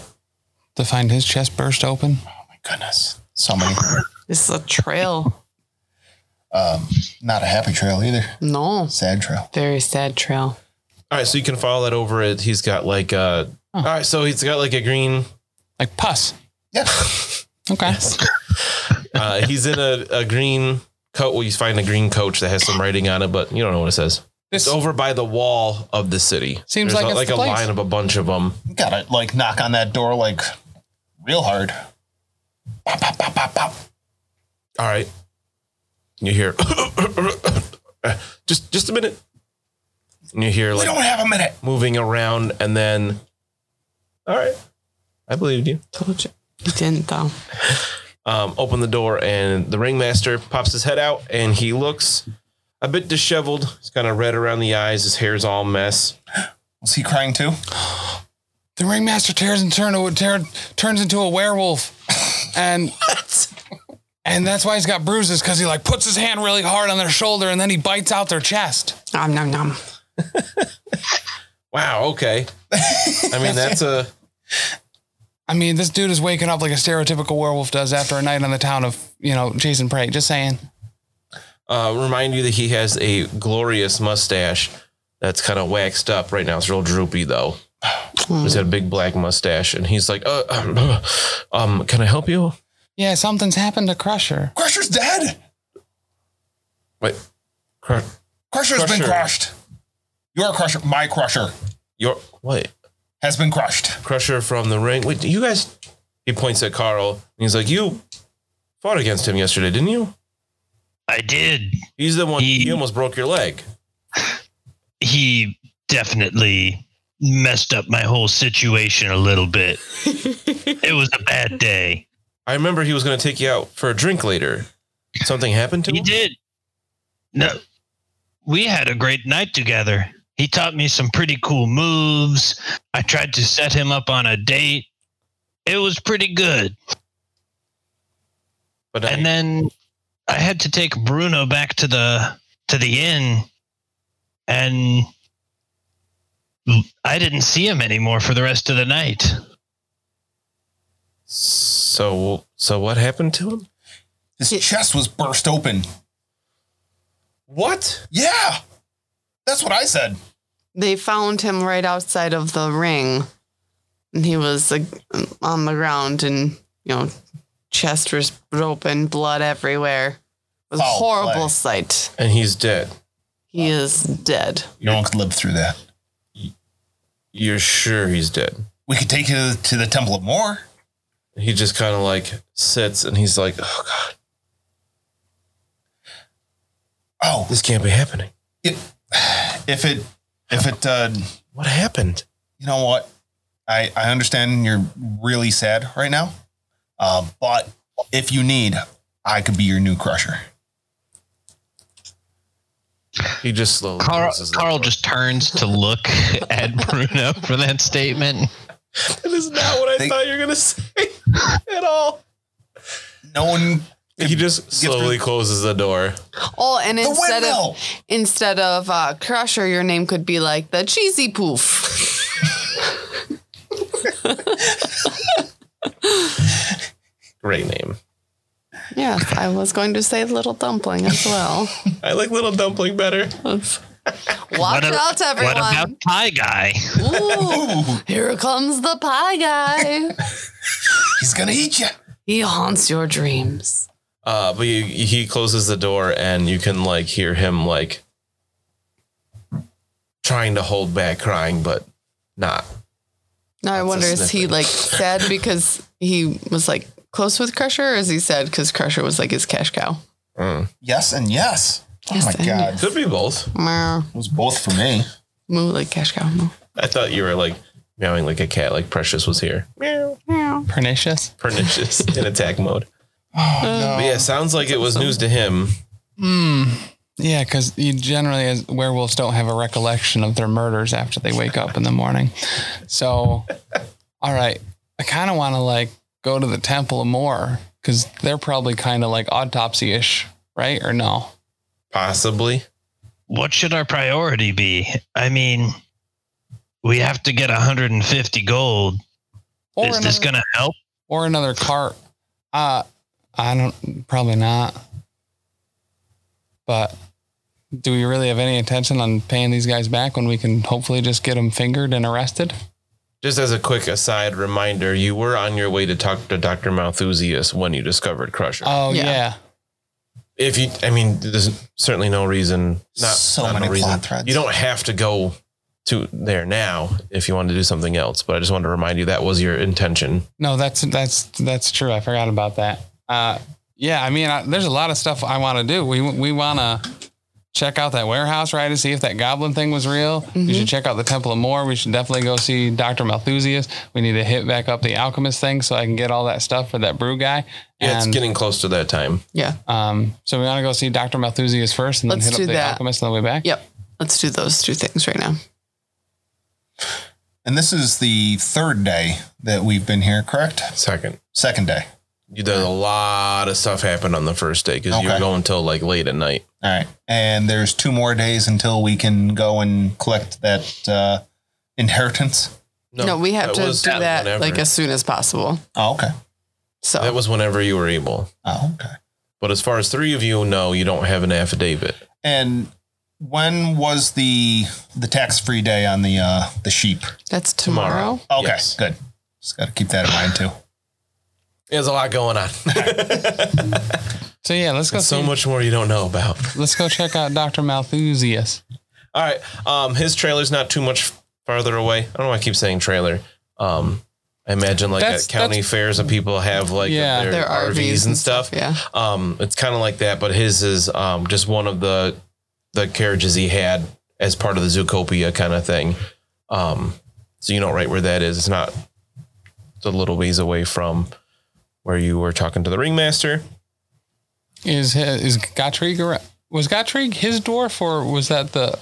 Speaker 1: to find his chest burst open.
Speaker 5: Oh my goodness. So many.
Speaker 3: This is a trail.
Speaker 5: Um, not a happy trail either.
Speaker 3: No,
Speaker 5: Sad trail.
Speaker 3: very sad trail.
Speaker 2: All right. So you can follow that over it. He's got like uh all right, so he's got like a green
Speaker 1: Like pus.
Speaker 5: Yeah.
Speaker 1: Okay.
Speaker 2: uh he's in a, a green coat. Well, you find a green coach that has some writing on it, but you don't know what it says.
Speaker 1: This
Speaker 2: It's over by the wall of the city.
Speaker 1: Seems like it's
Speaker 2: like
Speaker 1: the
Speaker 2: a
Speaker 1: place.
Speaker 2: line of a bunch of them.
Speaker 5: Gotta like knock on that door like real hard. Pop, pop, pop, pop, pop.
Speaker 2: All right. You hear just just a minute. And you hear
Speaker 5: We
Speaker 2: like
Speaker 5: don't have a minute.
Speaker 2: moving around and then all right. I believed you.
Speaker 3: Told you. He didn't though.
Speaker 2: Um, open the door and the ringmaster pops his head out and he looks a bit disheveled. He's kind of red around the eyes. His hair's all mess.
Speaker 5: Was he crying too?
Speaker 1: the ringmaster tears and turn, tear, turns into a werewolf and and that's why he's got bruises because he like puts his hand really hard on their shoulder and then he bites out their chest
Speaker 3: Nom nom nom.
Speaker 2: Wow. Okay. I mean, that's a
Speaker 1: i mean this dude is waking up like a stereotypical werewolf does after a night on the town of you know chase and prey just saying
Speaker 2: uh, remind you that he has a glorious mustache that's kind of waxed up right now. It's real droopy though. He's got a big black mustache, and he's like, uh, um, um, "Can I help you?"
Speaker 1: yeah something's happened to crusher
Speaker 5: Crusher's dead.
Speaker 2: Wait, cr-
Speaker 5: Crusher's been
Speaker 2: Crusher.
Speaker 5: crushed. Your crusher, my crusher,
Speaker 2: your wait,
Speaker 5: has been crushed.
Speaker 2: Crusher from the ring. Wait, you guys. He points at Carl, and he's like, "You fought against him yesterday, didn't you?
Speaker 7: I did.
Speaker 2: He's the one.
Speaker 7: He-
Speaker 2: you almost broke your leg.
Speaker 7: He definitely messed up my whole situation a little bit. it was a bad day.
Speaker 2: I remember he was going to take you out for a drink later. Something happened to
Speaker 7: He
Speaker 2: him.
Speaker 7: did. No, we had a great night together. He taught me some pretty cool moves. I tried to set him up on a date. It was pretty good.
Speaker 2: But I-
Speaker 7: And then I had to take Bruno back to the to the inn and I didn't see him anymore for the rest of the night.
Speaker 2: so, so what happened to him?
Speaker 5: His
Speaker 3: Yeah.
Speaker 5: chest was burst open.
Speaker 2: What?
Speaker 5: Yeah. That's what I said.
Speaker 3: They found him right outside of the ring, and he was like, on the ground, and you know, chest was open, blood everywhere. It was a
Speaker 5: Foul
Speaker 3: horrible
Speaker 5: play.
Speaker 3: sight.
Speaker 2: And he's dead.
Speaker 3: He is dead.
Speaker 5: No one could live through that.
Speaker 2: You're sure he's dead?
Speaker 5: We could take you to the Temple of More.
Speaker 2: He just kind of like sits and he's like, "Oh God,
Speaker 5: Oh,
Speaker 2: this can't be happening.
Speaker 5: if it, if it, uh,
Speaker 2: What happened?"
Speaker 5: you know what? I, I understand you're really sad right now. Uh, but if you need, I could be your new crusher.
Speaker 2: He just slowly.
Speaker 7: Carl,
Speaker 2: closes the
Speaker 7: Carl
Speaker 2: door.
Speaker 7: just turns to look at Bruno for that statement.
Speaker 2: That is not what I
Speaker 5: They-
Speaker 2: thought you were gonna say at all.
Speaker 5: No one,
Speaker 2: He just
Speaker 5: through-
Speaker 2: slowly closes the door.
Speaker 3: Oh, and
Speaker 5: the
Speaker 3: instead
Speaker 5: windmill.
Speaker 3: of instead of uh, Crusher, your name could be like the Cheesy Poof.
Speaker 2: Great name.
Speaker 3: Yes, I was going to say little dumpling as well.
Speaker 2: I like little dumpling better.
Speaker 3: Let's-
Speaker 7: What
Speaker 3: Watch
Speaker 7: a-
Speaker 3: out,
Speaker 7: What about
Speaker 3: everyone!
Speaker 7: Pie Guy?
Speaker 3: Ooh, here comes the pie guy.
Speaker 5: He's gonna eat you.
Speaker 3: He haunts your dreams.
Speaker 2: Uh, but you, he closes the door, and you can like hear him like trying to hold back crying, but not.
Speaker 3: Now I
Speaker 2: That's a
Speaker 3: wonder is he
Speaker 2: snippet.
Speaker 3: like sad because he was like close with Crusher, or is he sad because Crusher was like his cash cow?
Speaker 5: Yes and yes.
Speaker 3: Yes
Speaker 5: oh my
Speaker 3: and
Speaker 5: god,
Speaker 2: Could be both.
Speaker 3: Meow.
Speaker 5: it was both for me.
Speaker 3: Moo like cash cow. Moo.
Speaker 2: I thought you were like meowing like a cat, like Precious was here. Meow.
Speaker 1: Pernicious.
Speaker 2: Pernicious in attack mode.
Speaker 3: Uh,
Speaker 2: But yeah, sounds like it was news to him.
Speaker 1: Hmm. Yeah, because you generally, as werewolves, don't have a recollection of their murders after they wake up in the morning. So, all right, I kind of want to like go to the Temple of More because they're probably kind of like autopsy ish, right? Or no?
Speaker 2: Possibly.
Speaker 7: What should our priority be? I mean, we have to get 150 gold.
Speaker 1: Or
Speaker 7: Is this
Speaker 1: another-
Speaker 7: going to help?
Speaker 1: or another cart? Uh, I don't. Probably not. But do we really have any intention on paying these guys back when we can hopefully just get them fingered and arrested?
Speaker 2: Just as a quick aside reminder, you were on your way to talk to Dr. Malthusius when you discovered Crusher.
Speaker 5: Uh,
Speaker 1: Oh
Speaker 3: Yeah.
Speaker 1: yeah.
Speaker 2: if you, I mean, there's certainly no reason. Not
Speaker 5: So
Speaker 2: not
Speaker 5: many
Speaker 2: no
Speaker 5: plot
Speaker 2: reason.
Speaker 5: threads.
Speaker 2: You don't have to go to there now if you want to do something else. But I just wanted to remind you that was your intention.
Speaker 1: No, that's that's that's true. I forgot about that. Uh, yeah, I mean, I, there's a lot of stuff I want to do. We we want to check out that warehouse, right, to see if that goblin thing was real.
Speaker 3: Mm-hmm.
Speaker 1: We should check out the Temple of More. We should definitely go see Doctor Malthusius. We need to hit back up the alchemist thing so I can get all that stuff for that brew guy.
Speaker 2: Yeah,
Speaker 1: and
Speaker 2: it's getting close to that time.
Speaker 3: Yeah.
Speaker 1: um, so we want to go see Doctor Malthusius first, and then
Speaker 3: Let's
Speaker 1: hit up
Speaker 3: do
Speaker 1: the
Speaker 3: that.
Speaker 1: alchemist on the way back.
Speaker 3: Yep. Let's do those two things right now.
Speaker 5: And this is the third day that we've been here, correct?
Speaker 2: Second.
Speaker 5: Second day.
Speaker 2: You did a lot of stuff happened on the first day because you were
Speaker 5: Okay.
Speaker 2: going till like late at night.
Speaker 5: All right. And there's two more days until we can go and collect that uh, inheritance.
Speaker 3: No, we have to do that
Speaker 2: whenever-
Speaker 3: like as soon as possible.
Speaker 5: Oh, okay.
Speaker 3: So
Speaker 2: that was whenever you were able.
Speaker 5: Oh, okay.
Speaker 2: But as far as three of you, no, you don't have an affidavit.
Speaker 5: And when was the the tax free day on the uh, the sheep?
Speaker 3: that's tomorrow.
Speaker 2: tomorrow.
Speaker 5: Okay,
Speaker 2: Yes.
Speaker 5: good. Just got to keep that in mind too.
Speaker 2: There's a lot going on.
Speaker 1: So yeah, let's go.
Speaker 2: so
Speaker 1: see-
Speaker 2: much more you don't know about.
Speaker 1: Let's go check out Doctor Malthusius.
Speaker 2: All right. Um, his trailer's not too much farther away. I don't know why I keep saying trailer. Um, I imagine like
Speaker 1: That's-
Speaker 2: at county fairs and people have like
Speaker 1: Yeah.
Speaker 2: their,
Speaker 3: Their
Speaker 2: RVs, and stuff.
Speaker 3: Yeah.
Speaker 2: Um, it's kind of like that, but his is um, just one of the the carriages he had as part of the Zootopia kind of thing. Um, so you know right where that is. It's not it's a little ways away from where you were talking to the ringmaster.
Speaker 1: Is his, is Gottfried ar- was Gottfried his dwarf or was that the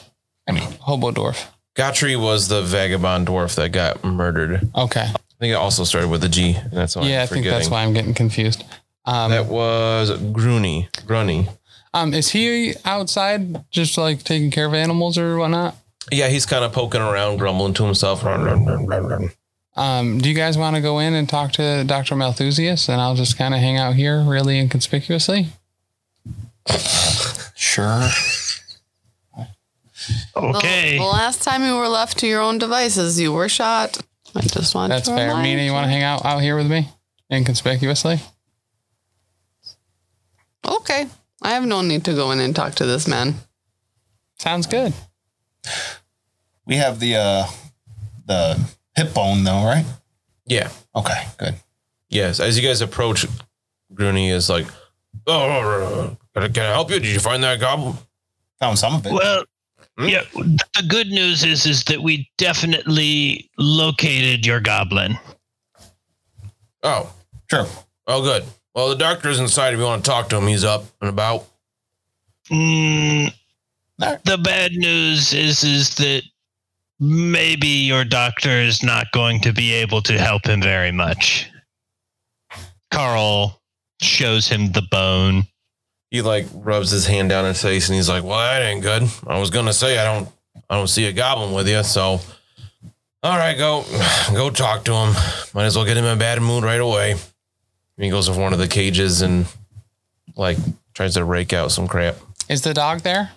Speaker 1: I mean hobo dwarf?
Speaker 2: Gotri was the vagabond dwarf that got murdered.
Speaker 1: Okay,
Speaker 2: I think it also started with a G. And that's why
Speaker 1: yeah,
Speaker 2: Oh, I'm
Speaker 1: I think
Speaker 2: forgetting.
Speaker 1: that's why I'm getting confused. Um,
Speaker 2: That was Gruny. Gruny.
Speaker 1: um, is he outside just like taking care of animals or whatnot?
Speaker 2: Yeah, he's kind of poking around, grumbling to himself. Run, run, run, run, run.
Speaker 1: Um, do you guys want to go in and talk to Doctor Malthusius, and I'll just kind of hang out here, really inconspicuously?
Speaker 5: Sure.
Speaker 3: The-
Speaker 7: Okay.
Speaker 3: The, last time you were left to your own devices, you were shot. I just want
Speaker 1: That's
Speaker 3: to
Speaker 1: fair.
Speaker 3: remind
Speaker 1: Mina, you want to hang out out here with me, inconspicuously?
Speaker 3: Okay. I have no need to go in and talk to this man.
Speaker 1: Sounds good.
Speaker 5: We have the uh, the hip bone though, right?
Speaker 2: Yeah.
Speaker 5: Okay, good.
Speaker 2: Yes. As you guys approach, Gruny is like, oh, can I, can I help you? Did you find that goblin?
Speaker 5: Found some of it.
Speaker 7: Well,
Speaker 2: Hmm?
Speaker 7: yeah, the good news is is that we definitely located your goblin.
Speaker 2: Oh,
Speaker 5: Sure.
Speaker 2: oh, good. Well, the doctor's inside. If you want to talk to him, he's up and about.
Speaker 7: Mm,
Speaker 5: Alright.
Speaker 7: the bad news is is that maybe your doctor is not going to be able to help him very much. Carl shows him the bone.
Speaker 2: He like rubs his hand down his face and he's like, "Well, that ain't good. I was gonna say I don't, I don't see a goblin with you. So, all right, go, go talk to him. Might as well get him in a bad mood right away." And he goes over one of the cages and like tries to rake out some crap.
Speaker 1: Is the dog there?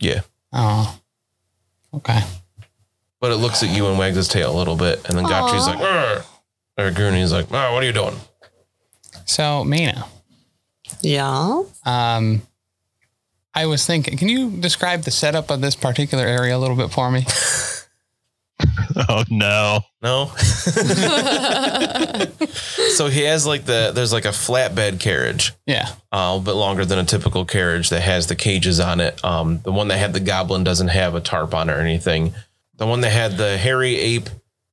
Speaker 2: Yeah.
Speaker 1: Oh. Okay.
Speaker 2: But it looks at you and wags its tail a little bit, and then Gotchi's like, "Arr!" or Goonie's like, "Arr, what are you doing?
Speaker 1: So Mina,
Speaker 3: Yeah.
Speaker 1: um, I was thinking, can you describe the setup of this particular area a little bit for me?
Speaker 7: Oh no.
Speaker 2: No. so he has like the there's like a flatbed carriage,
Speaker 1: Yeah.
Speaker 2: uh, a bit longer than a typical carriage that has the cages on it. Um, the one that had the goblin doesn't have a tarp on it or anything. The one that had the hairy ape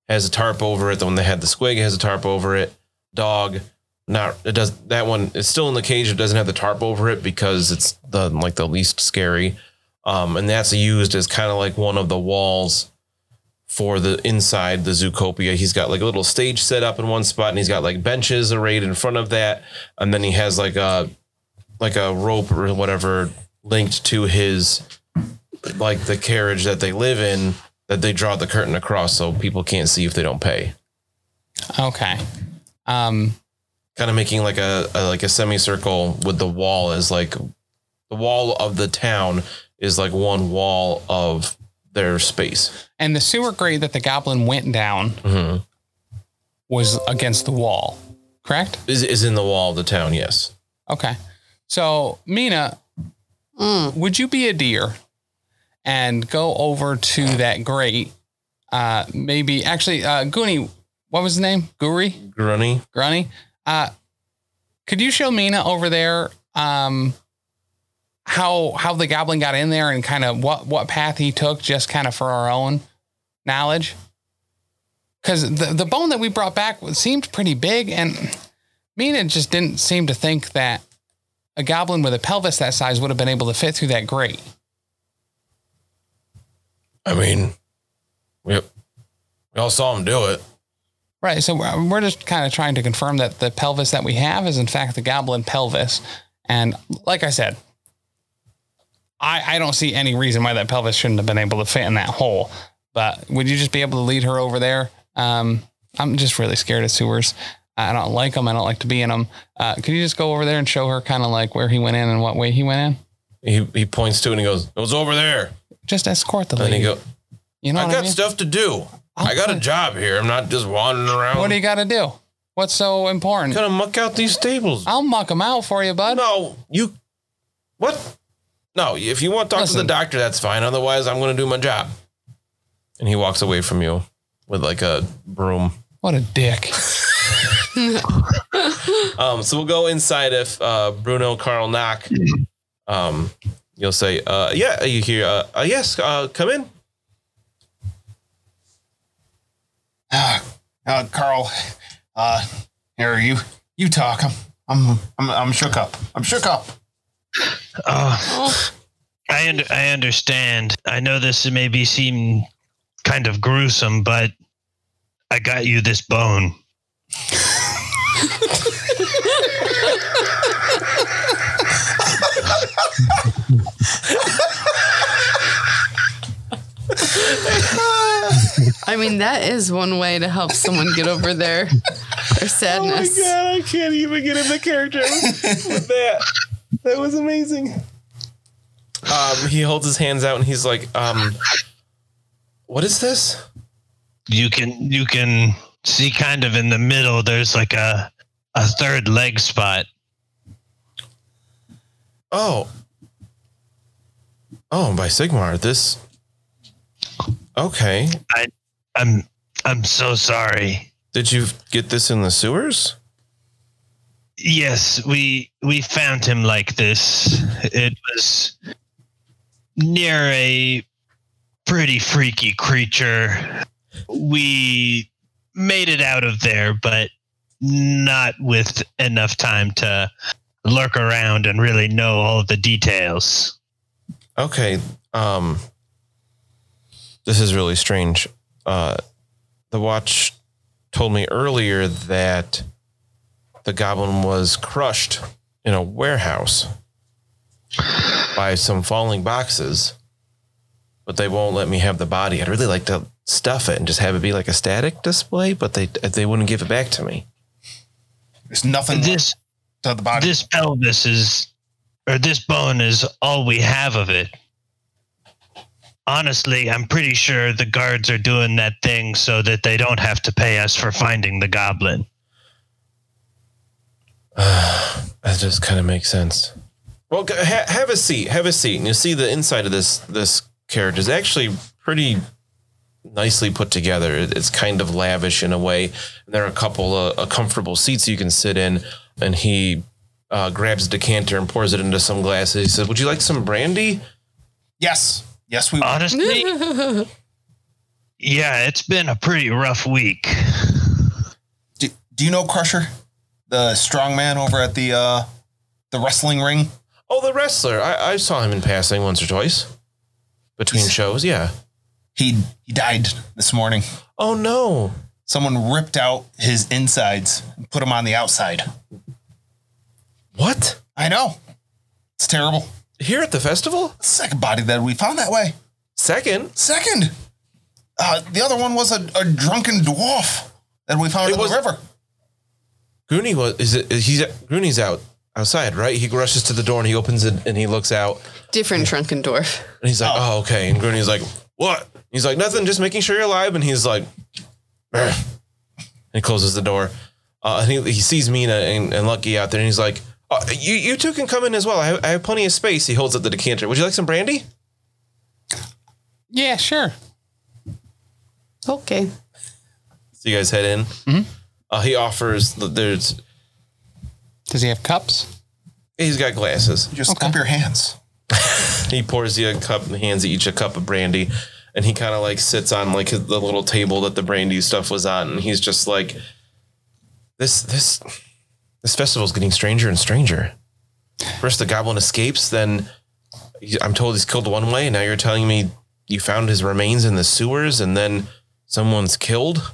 Speaker 2: has a tarp over it. The one that had the squig has a tarp over it. Dog, not it does that one. It's still in the cage. It doesn't have the tarp over it because it's the like the least scary. Um, and that's used as kind of like one of the walls for the inside the Zootopia. He's got like a little stage set up in one spot, and he's got like benches arrayed in front of that, and then he has like a like a rope or whatever linked to his like the carriage that they live in that they draw the curtain across so people can't see if they don't pay.
Speaker 1: Okay. Um,
Speaker 2: Kind of making like a, a like a semicircle with the wall as like the wall of the town is like one wall of their space.
Speaker 1: and the sewer grate that the goblin went down
Speaker 2: Mm-hmm.
Speaker 1: was against the wall, correct?
Speaker 2: Is is in the wall of the town, yes.
Speaker 1: Okay. So, Mina, would you be a deer and go over to that grate? Uh, maybe actually, uh, Goonie, what was his name? Guri?
Speaker 2: Grunny.
Speaker 1: Granny, uh, could you show Mina over there um, how how the goblin got in there and kind of what what path he took, just kind of for our own knowledge? Because the the bone that we brought back was- seemed pretty big, and Mina just didn't seem to think that a goblin with a pelvis that size would have been able to fit through that grate.
Speaker 2: I mean, we, we all saw him do it.
Speaker 1: Right. So we're we're just kind of trying to confirm that the pelvis that we have is, in fact, the goblin pelvis. And like I said, I, I don't see any reason why that pelvis shouldn't have been able to fit in that hole. But would you just be able to lead her over there? Um, I'm just really scared of sewers. I don't like them. I don't like to be in them. Uh, could you just go over there and show her kind of like where he went in and what way he went in?
Speaker 2: He, he points to it and he goes, It was over there.
Speaker 1: Just escort the
Speaker 2: And
Speaker 1: lady.
Speaker 2: he goes,
Speaker 1: you know
Speaker 2: I
Speaker 1: what I
Speaker 2: got
Speaker 1: mean?
Speaker 2: stuff to do. I got a job here. I'm not just wandering around.
Speaker 1: What do you got to do? What's so important?
Speaker 2: gonna muck out these stables?
Speaker 1: I'll muck them out for you, bud.
Speaker 2: No, you. What? No, if you want to talk to
Speaker 1: Listen.
Speaker 2: the doctor, that's fine. Otherwise, I'm gonna do my job. And he walks away from you with like a broom.
Speaker 1: What a dick.
Speaker 2: Um, so we'll go inside if uh, Bruno Carl knock. Um, you'll say, uh, "Yeah, you hear? Uh, uh, yes, uh, come in."
Speaker 5: Ah, uh, Carl, uh, here you you talk. I'm I'm I'm, I'm shook up. I'm shook up.
Speaker 7: Oh, I under, I understand. I know this may be seem kind of gruesome, but I got you this bone.
Speaker 3: I mean, that is one way to help someone get over their
Speaker 1: Oh
Speaker 3: their sadness.
Speaker 2: I can't even get in the character with that. That was amazing. Um, he holds his hands out and he's like, um, "What is this?"
Speaker 7: You can you can see kind of in the middle. There's like a a third leg spot.
Speaker 2: Oh, oh, by Sigmar. This. Okay.
Speaker 7: I'm I'm so sorry.
Speaker 2: Did you get this in the sewers?
Speaker 7: Yes, we we found him like this. It was near a pretty freaky creature. We made it out of there, but not with enough time to lurk around and really know all the details.
Speaker 2: Okay. Um This is really strange. Uh the watch told me earlier that the goblin was crushed in a warehouse by some falling boxes. But they won't let me have the body. I'd really like to stuff it and just have it be like a static display, but they they wouldn't give it back to me.
Speaker 5: There's nothing.
Speaker 7: This
Speaker 5: to the body.
Speaker 7: This pelvis is, or this bone is all we have of it. Honestly, I'm pretty sure the guards are doing that thing so that they don't have to pay us for finding the goblin.
Speaker 2: That just kind of makes sense. Well, g- ha- have a seat. Have a seat, and you'll see the inside of this this carriage is actually pretty nicely put together. It- It's kind of lavish in a way. And there are a couple of uh, comfortable seats you can sit in, and he uh, grabs a decanter and pours it into some glasses. He says, "Would you like some brandy?"
Speaker 5: yes. Yes,
Speaker 7: Uh,
Speaker 5: we will.
Speaker 7: Honestly, yeah, it's been a pretty rough week.
Speaker 5: Do, do you know Crusher? The strong man over at the uh the wrestling ring?
Speaker 2: Oh, the wrestler. I, I saw him in passing once or twice between shows. Yeah.
Speaker 5: He he died this morning.
Speaker 2: Oh no.
Speaker 5: Someone ripped out his insides and put him on the outside.
Speaker 2: What?
Speaker 5: I know. It's terrible.
Speaker 2: Here at the festival?
Speaker 5: Second body that we found that way.
Speaker 2: Second.
Speaker 5: Second. Uh, the other one was a, a drunken dwarf that we found
Speaker 2: It
Speaker 5: in
Speaker 2: was-
Speaker 5: the river.
Speaker 2: Grooney was is it is he's Grooney's out outside, right? He rushes to the door and he opens it and he looks out
Speaker 3: Different drunken dwarf.
Speaker 2: and he's like, "Oh, okay." And Grooney's like, "What?" He's like, "Nothing, just making sure you're alive." And he's like, "Ugh." and he closes the door. Uh, and he, he sees Mina and, and Lucky out there, and he's like, uh, "You you two can come in as well. I have, I have plenty of space." He holds up the decanter. Would you like some brandy?
Speaker 1: Yeah, sure.
Speaker 3: Okay.
Speaker 2: So you guys head in. Uh, he offers. the- There's
Speaker 1: Does he have cups?
Speaker 2: he's got glasses.
Speaker 5: Just cup your hands.
Speaker 2: He pours you a cup and hands you each a cup of brandy. And he kind of like sits on like his, the little table that the brandy stuff was on. And he's just like, this, this, this festival's getting stranger and stranger. First the goblin escapes, then he- I'm told he's killed one way. Now you're telling me you found his remains in the sewers and then someone's killed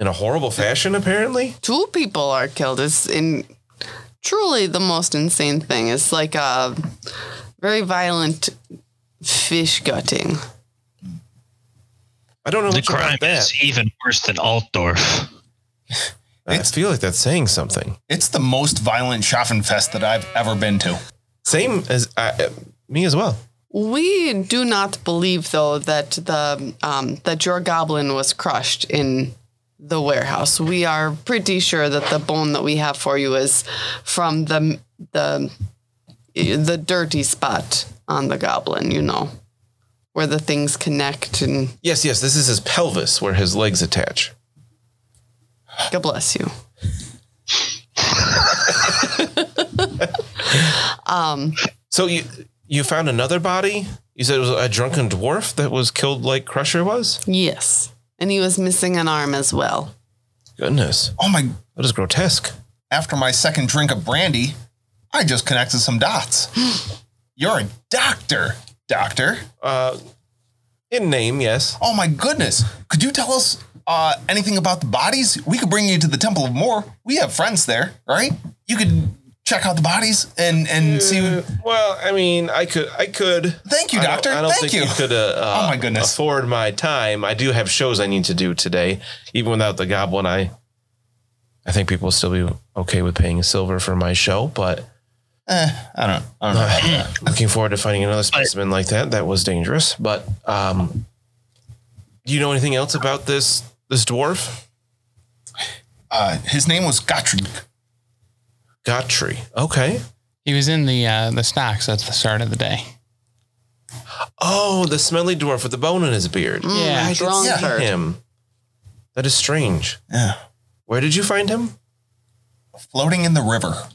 Speaker 2: in a horrible fashion, apparently.
Speaker 3: Two people are killed. It's in truly the most insane thing. It's like a very violent fish gutting.
Speaker 2: I don't know.
Speaker 7: The
Speaker 2: much about
Speaker 7: crime
Speaker 2: that.
Speaker 7: is even worse than Altdorf.
Speaker 2: I
Speaker 5: It's-
Speaker 2: feel like that's saying something.
Speaker 5: It's the most violent Schaffenfest that I've ever been to.
Speaker 2: Same as I, me as well.
Speaker 3: We do not believe, though, that the um, that your goblin was crushed in the warehouse. We are pretty sure that the bone that we have for you is from the the the dirty spot on the goblin. You know, where the things connect. And
Speaker 2: Yes, yes. This is his pelvis where his legs attach.
Speaker 3: God bless you.
Speaker 2: So you you found another body? You said it was a drunken dwarf that was killed like Crusher was?
Speaker 3: Yes, and he was missing an arm as well.
Speaker 2: Goodness.
Speaker 5: Oh my
Speaker 2: That is grotesque.
Speaker 5: after my second drink of brandy, I just connected some dots. You're a doctor, doctor.
Speaker 2: In name, yes.
Speaker 5: Oh my goodness. Could you tell us uh, anything about the bodies? We could bring you to the Temple of More. We have friends there, right? You could check out the bodies and and see.
Speaker 2: Well, I mean, I could I could
Speaker 5: Thank you,
Speaker 2: I don't-
Speaker 5: doctor.
Speaker 2: I don't
Speaker 5: Thank
Speaker 2: think
Speaker 5: you.
Speaker 2: you, could uh, uh,
Speaker 5: Oh my goodness.
Speaker 2: afford my time. I do have shows I need to do today. Even without the goblin, I I think people will still be okay with paying silver for my show, but
Speaker 5: Eh, I don't. I don't know.
Speaker 2: looking forward to finding another specimen like that. That was dangerous. But um do you know anything else about this this dwarf?
Speaker 5: Uh, his name was Gottfried.
Speaker 2: Gotry. Okay.
Speaker 1: He was in the uh, the stocks at the start of the day.
Speaker 2: Oh, the smelly dwarf with the bone in his beard.
Speaker 1: Yeah.
Speaker 3: Mm, drunk
Speaker 5: yeah.
Speaker 3: her.
Speaker 2: Him. That is strange.
Speaker 5: Yeah.
Speaker 2: Where did you find him?
Speaker 5: Floating in the river.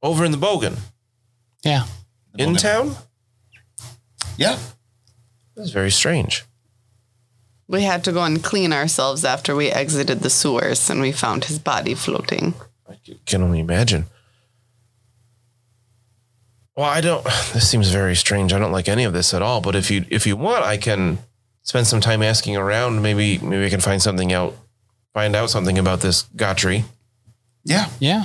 Speaker 2: Over in the Bogan.
Speaker 1: Yeah.
Speaker 2: In town?
Speaker 5: Yeah.
Speaker 2: That's very strange.
Speaker 3: We had to go and clean ourselves after we exited the sewers, and we found his body floating.
Speaker 2: I c- can only imagine. Well, I don't this seems very strange. I don't like any of this at all, but if you if you want, I can spend some time asking around. Maybe maybe I can find something out find out something about this Gotry.
Speaker 5: Yeah.
Speaker 1: Yeah.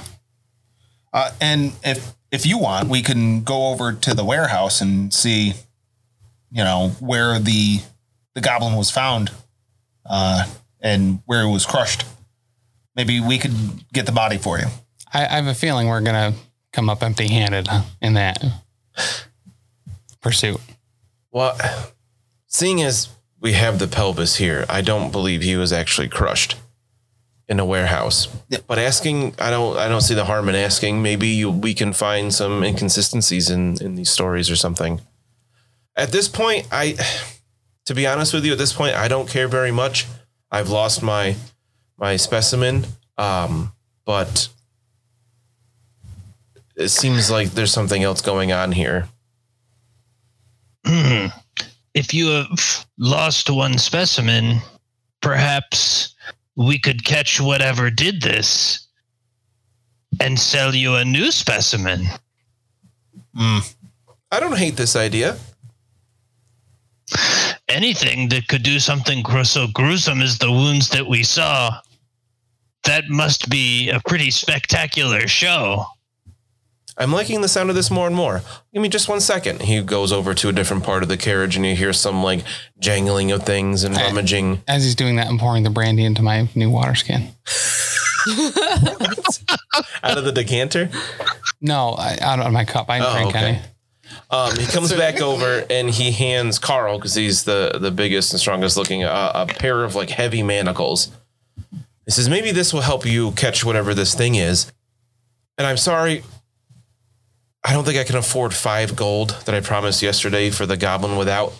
Speaker 5: Uh, and if if you want, we can go over to the warehouse and see, you know, where the the goblin was found, uh, and where it was crushed. Maybe we could get the body for you.
Speaker 1: I, I have a feeling we're gonna come up empty-handed in that pursuit.
Speaker 2: Well, seeing as we have the pelvis here, I don't believe he was actually crushed in a warehouse. But asking, I don't, I don't see the harm in asking. Maybe you, we can find some inconsistencies in in these stories or something. At this point, I, to be honest with you, at this point, I don't care very much. I've lost my my specimen, um, but it seems like there's something else going on here.
Speaker 7: if you have lost one specimen, perhaps we could catch whatever did this and sell you a new specimen.
Speaker 2: I don't hate this idea.
Speaker 7: Anything that could do something gr- so gruesome as the wounds that we saw, that must be a pretty spectacular show.
Speaker 2: I'm liking the sound of this more and more. Give me just one second. He goes over to a different part of the carriage and you hear some like jangling of things and rummaging.
Speaker 1: As he's doing that, I'm pouring the brandy into my new water skin.
Speaker 2: Out of the decanter?
Speaker 1: No, I, out of my cup. I
Speaker 2: Oh,
Speaker 1: drink
Speaker 2: okay.
Speaker 1: any.
Speaker 2: Um, he comes back over and he hands Carl, because he's the, the biggest and strongest looking, uh, a pair of like heavy manacles. He says, maybe this will help you catch whatever this thing is. And I'm sorry, I don't think I can afford five gold that I promised yesterday for the goblin without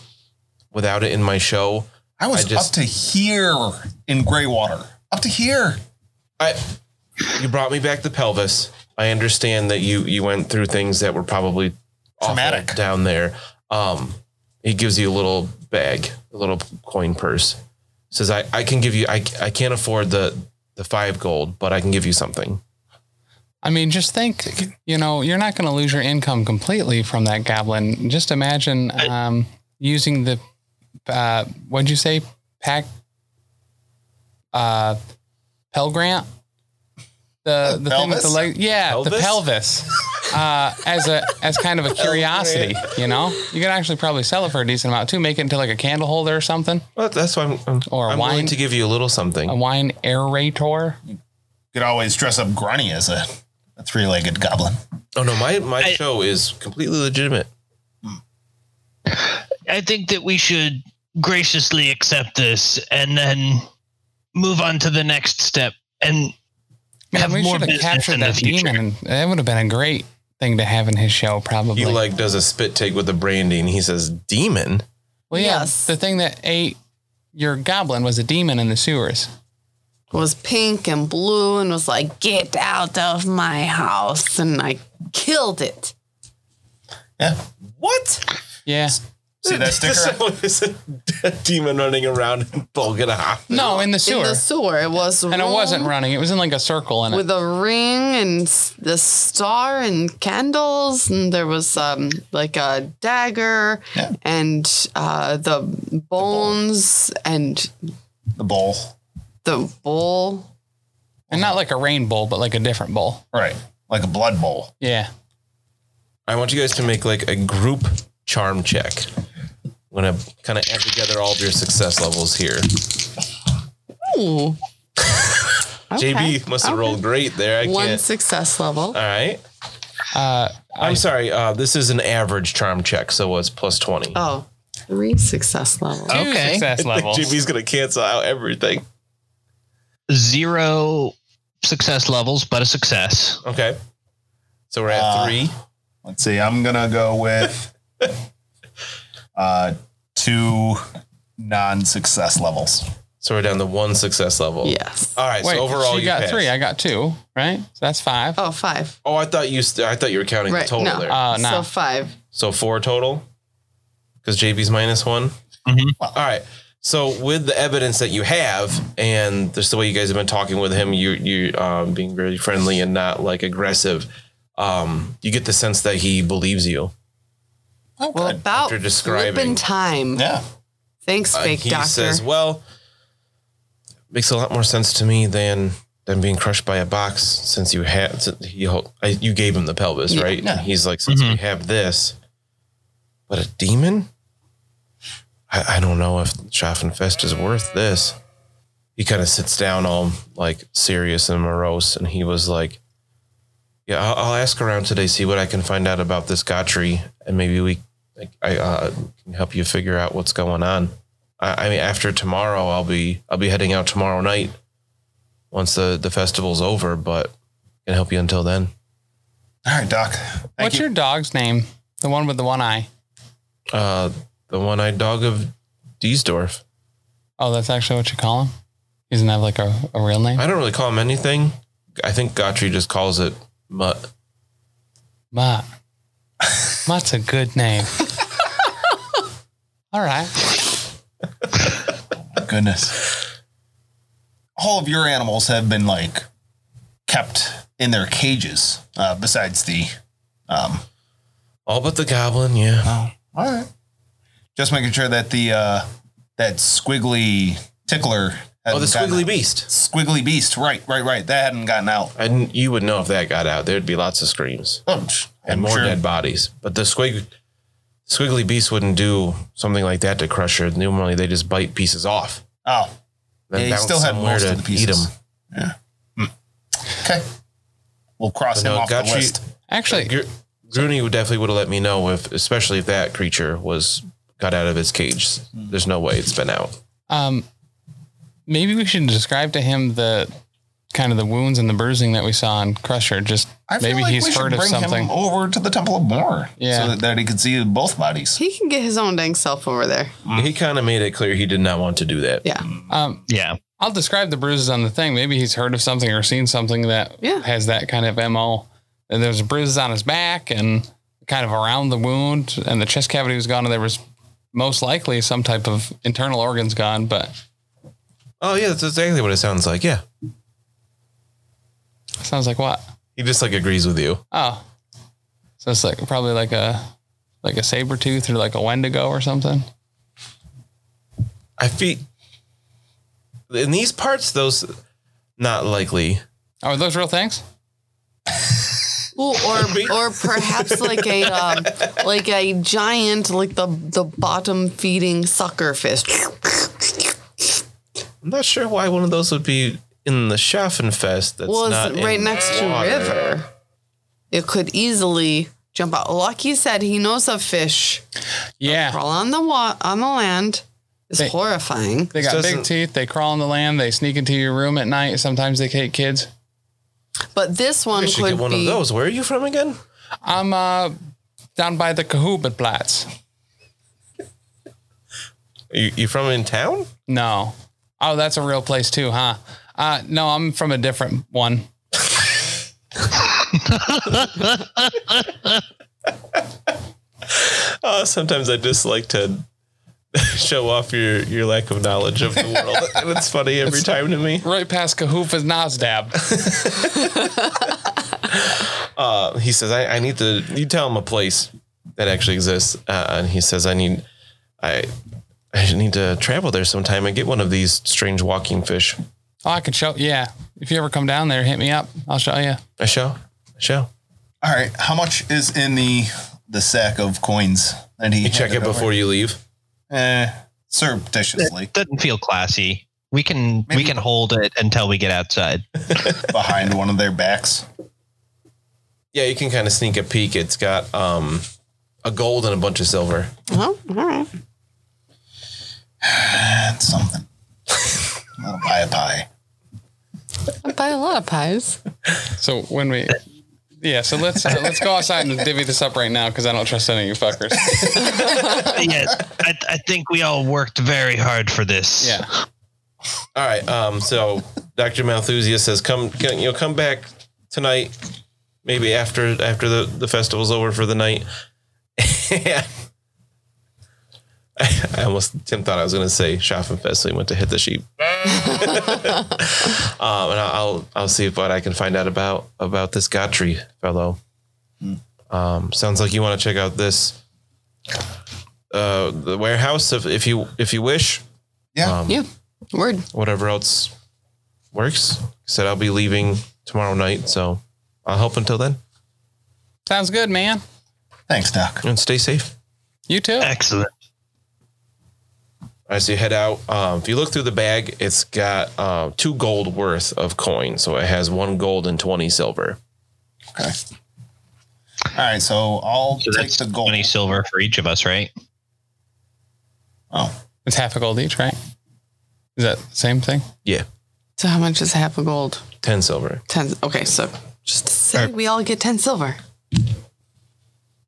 Speaker 2: without it in my show.
Speaker 5: I was
Speaker 2: I just-
Speaker 5: up to here in Greywater. Up to here.
Speaker 2: I you brought me back the pelvis. I understand that you you went through things that were probably awful
Speaker 5: Traumatic.
Speaker 2: down there. Um he gives you a little bag, a little coin purse. Says I I can give you I I can't afford the the 5 gold, but I can give you something.
Speaker 1: I mean, just think, you know, you're not going to lose your income completely from that goblin. Just imagine um, using the, uh, what'd you say, pack, uh, Pell Grant? The, the thing with the
Speaker 5: pelvis?
Speaker 1: leg, yeah, the
Speaker 2: Pelvis?
Speaker 1: pelvis, uh, as a as kind of a curiosity, you know, you could actually probably sell it for a decent amount too, make it into like a candle holder or something,
Speaker 2: Well, that's why I'm I'm,
Speaker 1: Or
Speaker 2: I'm willing
Speaker 1: wine.
Speaker 2: to give you a little something.
Speaker 1: a wine aerator.
Speaker 5: Could always dress up Grunny as a, a three legged goblin.
Speaker 2: oh no, my my
Speaker 7: I-
Speaker 2: show is completely legitimate.
Speaker 7: I think that we should graciously accept this and then move on to the next step and
Speaker 1: Man,
Speaker 7: have
Speaker 1: we
Speaker 7: more
Speaker 1: should have
Speaker 7: business
Speaker 1: captured
Speaker 7: in the
Speaker 1: that
Speaker 7: future.
Speaker 1: demon. and That would have been a great thing to have in his show, probably.
Speaker 2: He like does a spit take with the brandy and he says, "Demon."
Speaker 1: Well, yeah,
Speaker 3: Yes.
Speaker 1: the thing that ate your goblin was a demon in the sewers.
Speaker 3: was pink and blue and was like, get out of my house. And I killed it.
Speaker 5: Yeah.
Speaker 2: What?
Speaker 1: Yeah.
Speaker 5: See that sticker?
Speaker 2: So it's a demon running around and bulking up.
Speaker 1: No, in the sewer.
Speaker 3: In the sewer. It was.
Speaker 1: and it wasn't
Speaker 3: room
Speaker 1: running. It was in like a circle and it.
Speaker 3: With a ring and s- the star and candles. And there was um, like a dagger
Speaker 5: Yeah.
Speaker 3: and uh, the bones and
Speaker 5: the bowl.
Speaker 3: the bowl.
Speaker 1: and not like a rain bowl, but like a different bowl.
Speaker 5: Right. Like a blood bowl.
Speaker 1: Yeah.
Speaker 2: I want you guys to make like a group charm check. I'm gonna kind of add together all of your success levels here.
Speaker 3: Ooh. Okay.
Speaker 2: JB must have
Speaker 3: Okay.
Speaker 2: rolled great there. I
Speaker 3: One
Speaker 2: can't.
Speaker 3: success level.
Speaker 2: all right.
Speaker 1: Uh,
Speaker 2: I'm sorry. Uh, this is an average charm check, so it's plus twenty.
Speaker 3: Oh, three success levels.
Speaker 1: two
Speaker 7: Okay.
Speaker 1: success levels.
Speaker 2: JB's gonna cancel out everything.
Speaker 7: zero success levels, but a success.
Speaker 2: Okay. So we're at
Speaker 5: Uh,
Speaker 2: three.
Speaker 5: Let's see. I'm gonna go with uh two non success levels.
Speaker 2: So we're down to one success level.
Speaker 3: Yes.
Speaker 2: All right.
Speaker 1: Wait,
Speaker 2: so overall,
Speaker 1: she
Speaker 2: you
Speaker 1: got
Speaker 2: passed.
Speaker 1: three. I got two, right? So that's five.
Speaker 3: Oh, five.
Speaker 2: oh, I thought you. St- I thought you were counting
Speaker 3: Right,
Speaker 2: the total
Speaker 3: no.
Speaker 2: there.
Speaker 1: Uh,
Speaker 3: So
Speaker 1: nah.
Speaker 3: five.
Speaker 2: So four total, because JB's minus one. All right. So with the evidence that you have, and just the way you guys have been talking with him, you you um, being very friendly and not like aggressive, um, you get the sense that he believes you.
Speaker 5: Oh,
Speaker 3: Well,
Speaker 5: good.
Speaker 3: about
Speaker 2: After describing-
Speaker 3: flippin' time.
Speaker 5: Yeah.
Speaker 3: Thanks,
Speaker 2: Uh,
Speaker 3: fake
Speaker 2: he
Speaker 3: doctor.
Speaker 2: says, "Well, makes a lot more sense to me than than being crushed by a box since you had since he hol- I- you gave him the pelvis, right? And He's like, since we have this, but a demon. I, I don't know if Schaffenfest is worth this." He kind of sits down all like serious and morose, and he was like, Yeah, I'll, I'll ask around today, see what I can find out about this Gotri, and maybe we, like, I uh, can help you figure out what's going on. I, I mean, after tomorrow, I'll be I'll be heading out tomorrow night, once the the festival's over. But can help you until then.
Speaker 5: All right, Doc. Thank
Speaker 1: What's
Speaker 5: you.
Speaker 1: your dog's name? The one with the one eye.
Speaker 2: Uh, the one-eyed dog of Diesdorf.
Speaker 1: Oh, that's actually what you call him. He doesn't have like a, a real name.
Speaker 2: I don't really call him anything. I think Gotri just calls it mutt.
Speaker 1: Mutt. Mutt's a good name. All right.
Speaker 5: goodness. All of your animals have been like kept in their cages, uh, besides the. Um,
Speaker 2: All but the goblin, yeah.
Speaker 5: oh, all right. Just making sure that the uh, that squiggly tickler.
Speaker 2: Oh, the
Speaker 5: hadn't gotten-
Speaker 2: squiggly beast.
Speaker 5: Squiggly beast. Right, right, right. That hadn't gotten out.
Speaker 2: And you would know if that got out. There'd be lots of screams
Speaker 5: Oh, psh,
Speaker 2: and
Speaker 5: I'm
Speaker 2: more
Speaker 5: sure-
Speaker 2: dead bodies. But the squig, squiggly beast wouldn't do something like that to Crusher. Normally, they just bite pieces off.
Speaker 5: Oh,
Speaker 2: Then
Speaker 5: yeah, he
Speaker 2: bounce
Speaker 5: still had
Speaker 2: somewhere
Speaker 5: most of the pieces.
Speaker 2: Eat 'em.
Speaker 5: Yeah. Hmm. Okay. We'll cross
Speaker 2: But
Speaker 5: him
Speaker 2: no,
Speaker 5: off the
Speaker 2: Gotri-
Speaker 5: list.
Speaker 1: Actually,
Speaker 2: Uh, Gr- Grooney would definitely would have let me know if, especially if that creature was got out of its cage. There's no way it's been out.
Speaker 1: um, maybe we should describe to him the kind of the wounds and the bruising that we saw in Crusher. Just
Speaker 5: I feel
Speaker 1: maybe
Speaker 5: like we
Speaker 1: he's
Speaker 5: should
Speaker 1: heard of
Speaker 5: bring
Speaker 1: something.
Speaker 5: him over to the Temple of More,
Speaker 1: Yeah.
Speaker 5: so that, that he could see both bodies.
Speaker 3: He can get his own dang self over there.
Speaker 5: Mm.
Speaker 2: He kind of made it clear he did not want to do that.
Speaker 3: Yeah.
Speaker 1: Um,
Speaker 7: Yeah.
Speaker 1: I'll describe the bruises on the thing. Maybe he's heard of something or seen something that
Speaker 3: Yeah.
Speaker 1: has that kind of MO. And there was bruises on his back and kind of around the wound, and the chest cavity was gone, and there was most likely some type of internal organs gone. But
Speaker 2: Oh yeah, that's exactly what it sounds like. Yeah,
Speaker 1: sounds like what?
Speaker 2: he just like agrees with you.
Speaker 1: Oh, so it's like probably like a like a saber tooth or like a Wendigo or something.
Speaker 2: I feel in these parts, those not likely.
Speaker 1: Oh, are those real things?
Speaker 3: Well, or or perhaps like a um, like a giant, like the the bottom feeding sucker fish.
Speaker 2: I'm not sure why one of those would be in the Schaffenfest. That's
Speaker 3: Well,
Speaker 2: not
Speaker 3: it's right
Speaker 2: in
Speaker 3: next to
Speaker 2: water.
Speaker 3: river. It could easily jump out. Lucky said he knows of fish
Speaker 1: Yeah,
Speaker 3: crawl on the wa- on the land. It's
Speaker 1: Hey.
Speaker 3: horrifying.
Speaker 1: they got big
Speaker 2: doesn't-
Speaker 1: teeth. They crawl on the land. They sneak into your room at night. Sometimes they take kids.
Speaker 3: But this one
Speaker 2: I should
Speaker 3: could
Speaker 2: get one
Speaker 3: be
Speaker 2: of those. Where are you from again?
Speaker 1: I'm uh down by the Cahubenplatz.
Speaker 2: You, you from in town?
Speaker 1: No, oh that's a real place too, huh? Uh, no, I'm from a different one.
Speaker 2: Uh, sometimes I just like to show off your, your lack of knowledge of the world, and it's funny every time to me.
Speaker 1: Right past Cahufa's Nasdab.
Speaker 2: Uh, he says, I, I need to. You tell him a place that actually exists, uh, and he says, I need, I, I need to travel there sometime and get one of these strange walking fish.
Speaker 1: Oh, I could show. Yeah, if you ever come down there, hit me up. I'll show you.
Speaker 2: I shall. I shall.
Speaker 5: All right, how much is in the the sack of coins that he?
Speaker 2: Check it
Speaker 5: handed
Speaker 2: before you leave.
Speaker 5: over? Eh, surreptitiously
Speaker 7: Doesn't feel classy. We can we can hold it until we get outside.
Speaker 5: behind one of their backs.
Speaker 2: Yeah, you can kind of sneak a peek. It's got um, a gold and a bunch of silver.
Speaker 3: Oh, all right.
Speaker 5: That's something. I'll buy a pie.
Speaker 3: I buy a lot of pies.
Speaker 1: So when we, yeah, so let's uh, let's go outside and divvy this up right now because I don't trust any of you fuckers.
Speaker 7: yeah, I, I think we all worked very hard for this.
Speaker 1: Yeah,
Speaker 2: All right. Um, so Dr. Malthusia says, come, can, you know, come back tonight, maybe after after the, the festival's over for the night. I I almost Tim thought I was going to say Schaffenfest, so he went to hit the sheep. um, and I'll, I'll I'll see what I can find out about about this Gotri fellow. Um, sounds like you want to check out this uh, the warehouse if, if you if you wish
Speaker 5: Yeah,
Speaker 3: Yeah. Word.
Speaker 2: whatever else works. Said I'll be leaving tomorrow night, so I'll help until then.
Speaker 1: sounds good, man.
Speaker 5: thanks, Doc.
Speaker 2: And stay safe.
Speaker 1: You too.
Speaker 7: Excellent.
Speaker 2: All right, so you head out. Um, if you look through the bag, it's got uh, two gold worth of coin. So it has one gold and 20 silver.
Speaker 5: Okay. All right, so I'll
Speaker 7: So
Speaker 5: take
Speaker 7: that's
Speaker 5: the gold.
Speaker 7: twenty silver for each of us, right?
Speaker 5: Oh,
Speaker 1: It's half a gold each, right? Is that the same thing?
Speaker 2: Yeah,
Speaker 3: So how much is half a gold?
Speaker 2: ten silver.
Speaker 3: Ten. Okay, so just er. say
Speaker 7: Or-
Speaker 3: we all get ten silver.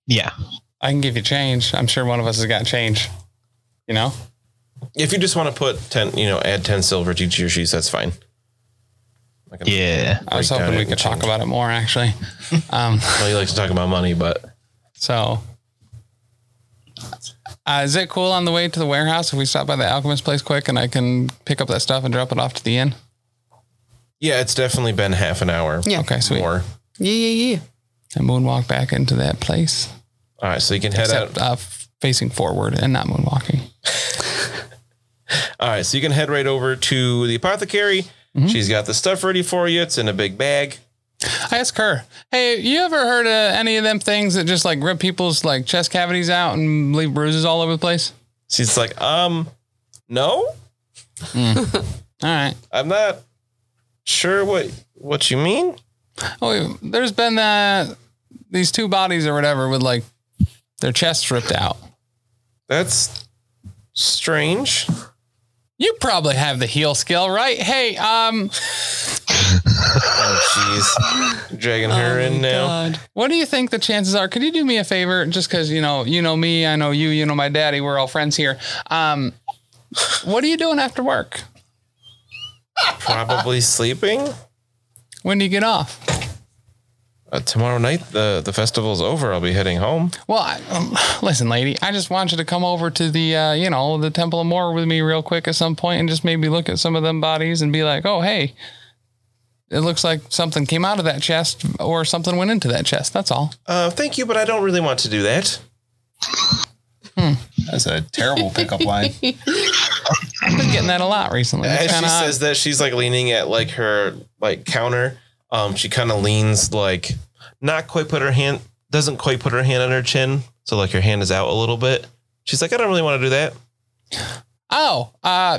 Speaker 7: Yeah.
Speaker 1: I can give you change. I'm sure one of us has got change. You know?
Speaker 2: If you just want to put ten, you know, add ten silver to each of your sheets, that's fine. I can-
Speaker 7: Yeah.
Speaker 1: I was
Speaker 2: Break down
Speaker 1: hoping we
Speaker 2: and
Speaker 1: could talk
Speaker 2: change.
Speaker 1: about it more actually. Um,
Speaker 2: I know you like to talk about money, but
Speaker 1: so uh, is it cool on the way to the warehouse if we stop by the alchemist place quick and I can pick up that stuff and drop it off to the inn?
Speaker 2: yeah, it's definitely been half an hour.
Speaker 3: Yeah.
Speaker 1: Okay, sweet.
Speaker 2: More.
Speaker 3: Yeah, yeah, yeah.
Speaker 1: And moonwalk back into that place.
Speaker 2: All right, so you can head out.
Speaker 1: Except uh, f- facing forward and not moonwalking.
Speaker 2: All right, so you can head right over to the apothecary. She's got the stuff ready for you. It's in a big bag.
Speaker 1: I ask her, "Hey, you ever heard of any of them things that just like rip people's like chest cavities out and leave bruises all over the place?"
Speaker 2: She's like, um, no,
Speaker 1: All right.
Speaker 2: I'm not sure what what you mean.
Speaker 1: Oh, there's been uh, these two bodies or whatever with like their chests ripped out.
Speaker 2: That's strange.
Speaker 1: You probably have the heal skill, right? Hey, um,
Speaker 2: Oh, jeez, dragging her in now.
Speaker 1: what do you think the chances are? Could you do me a favor, just because you know, you know me, I know you, you know my daddy. We're all friends here. Um, what are you doing after work?
Speaker 2: Probably sleeping.
Speaker 1: When do you get off?
Speaker 2: Uh, tomorrow night, the the festival's over. I'll be heading home.
Speaker 1: Well, I, um, listen, lady, I just want you to come over to the, uh, you know, the Temple of More with me real quick at some point and just maybe look at some of them bodies and be like, oh, hey, it looks like something came out of that chest or something went into that chest. That's all.
Speaker 2: Uh, thank you, but I don't really want to do that.
Speaker 5: that's a terrible pickup line.
Speaker 1: I've been getting that a lot recently. It's
Speaker 2: As she
Speaker 1: kinda odd.
Speaker 2: says that, she's like leaning at like her like counter. Um, she kind of leans like not quite put her hand doesn't quite put her hand on her chin, so like her hand is out a little bit. She's like, I don't really want to do that.
Speaker 1: oh, uh,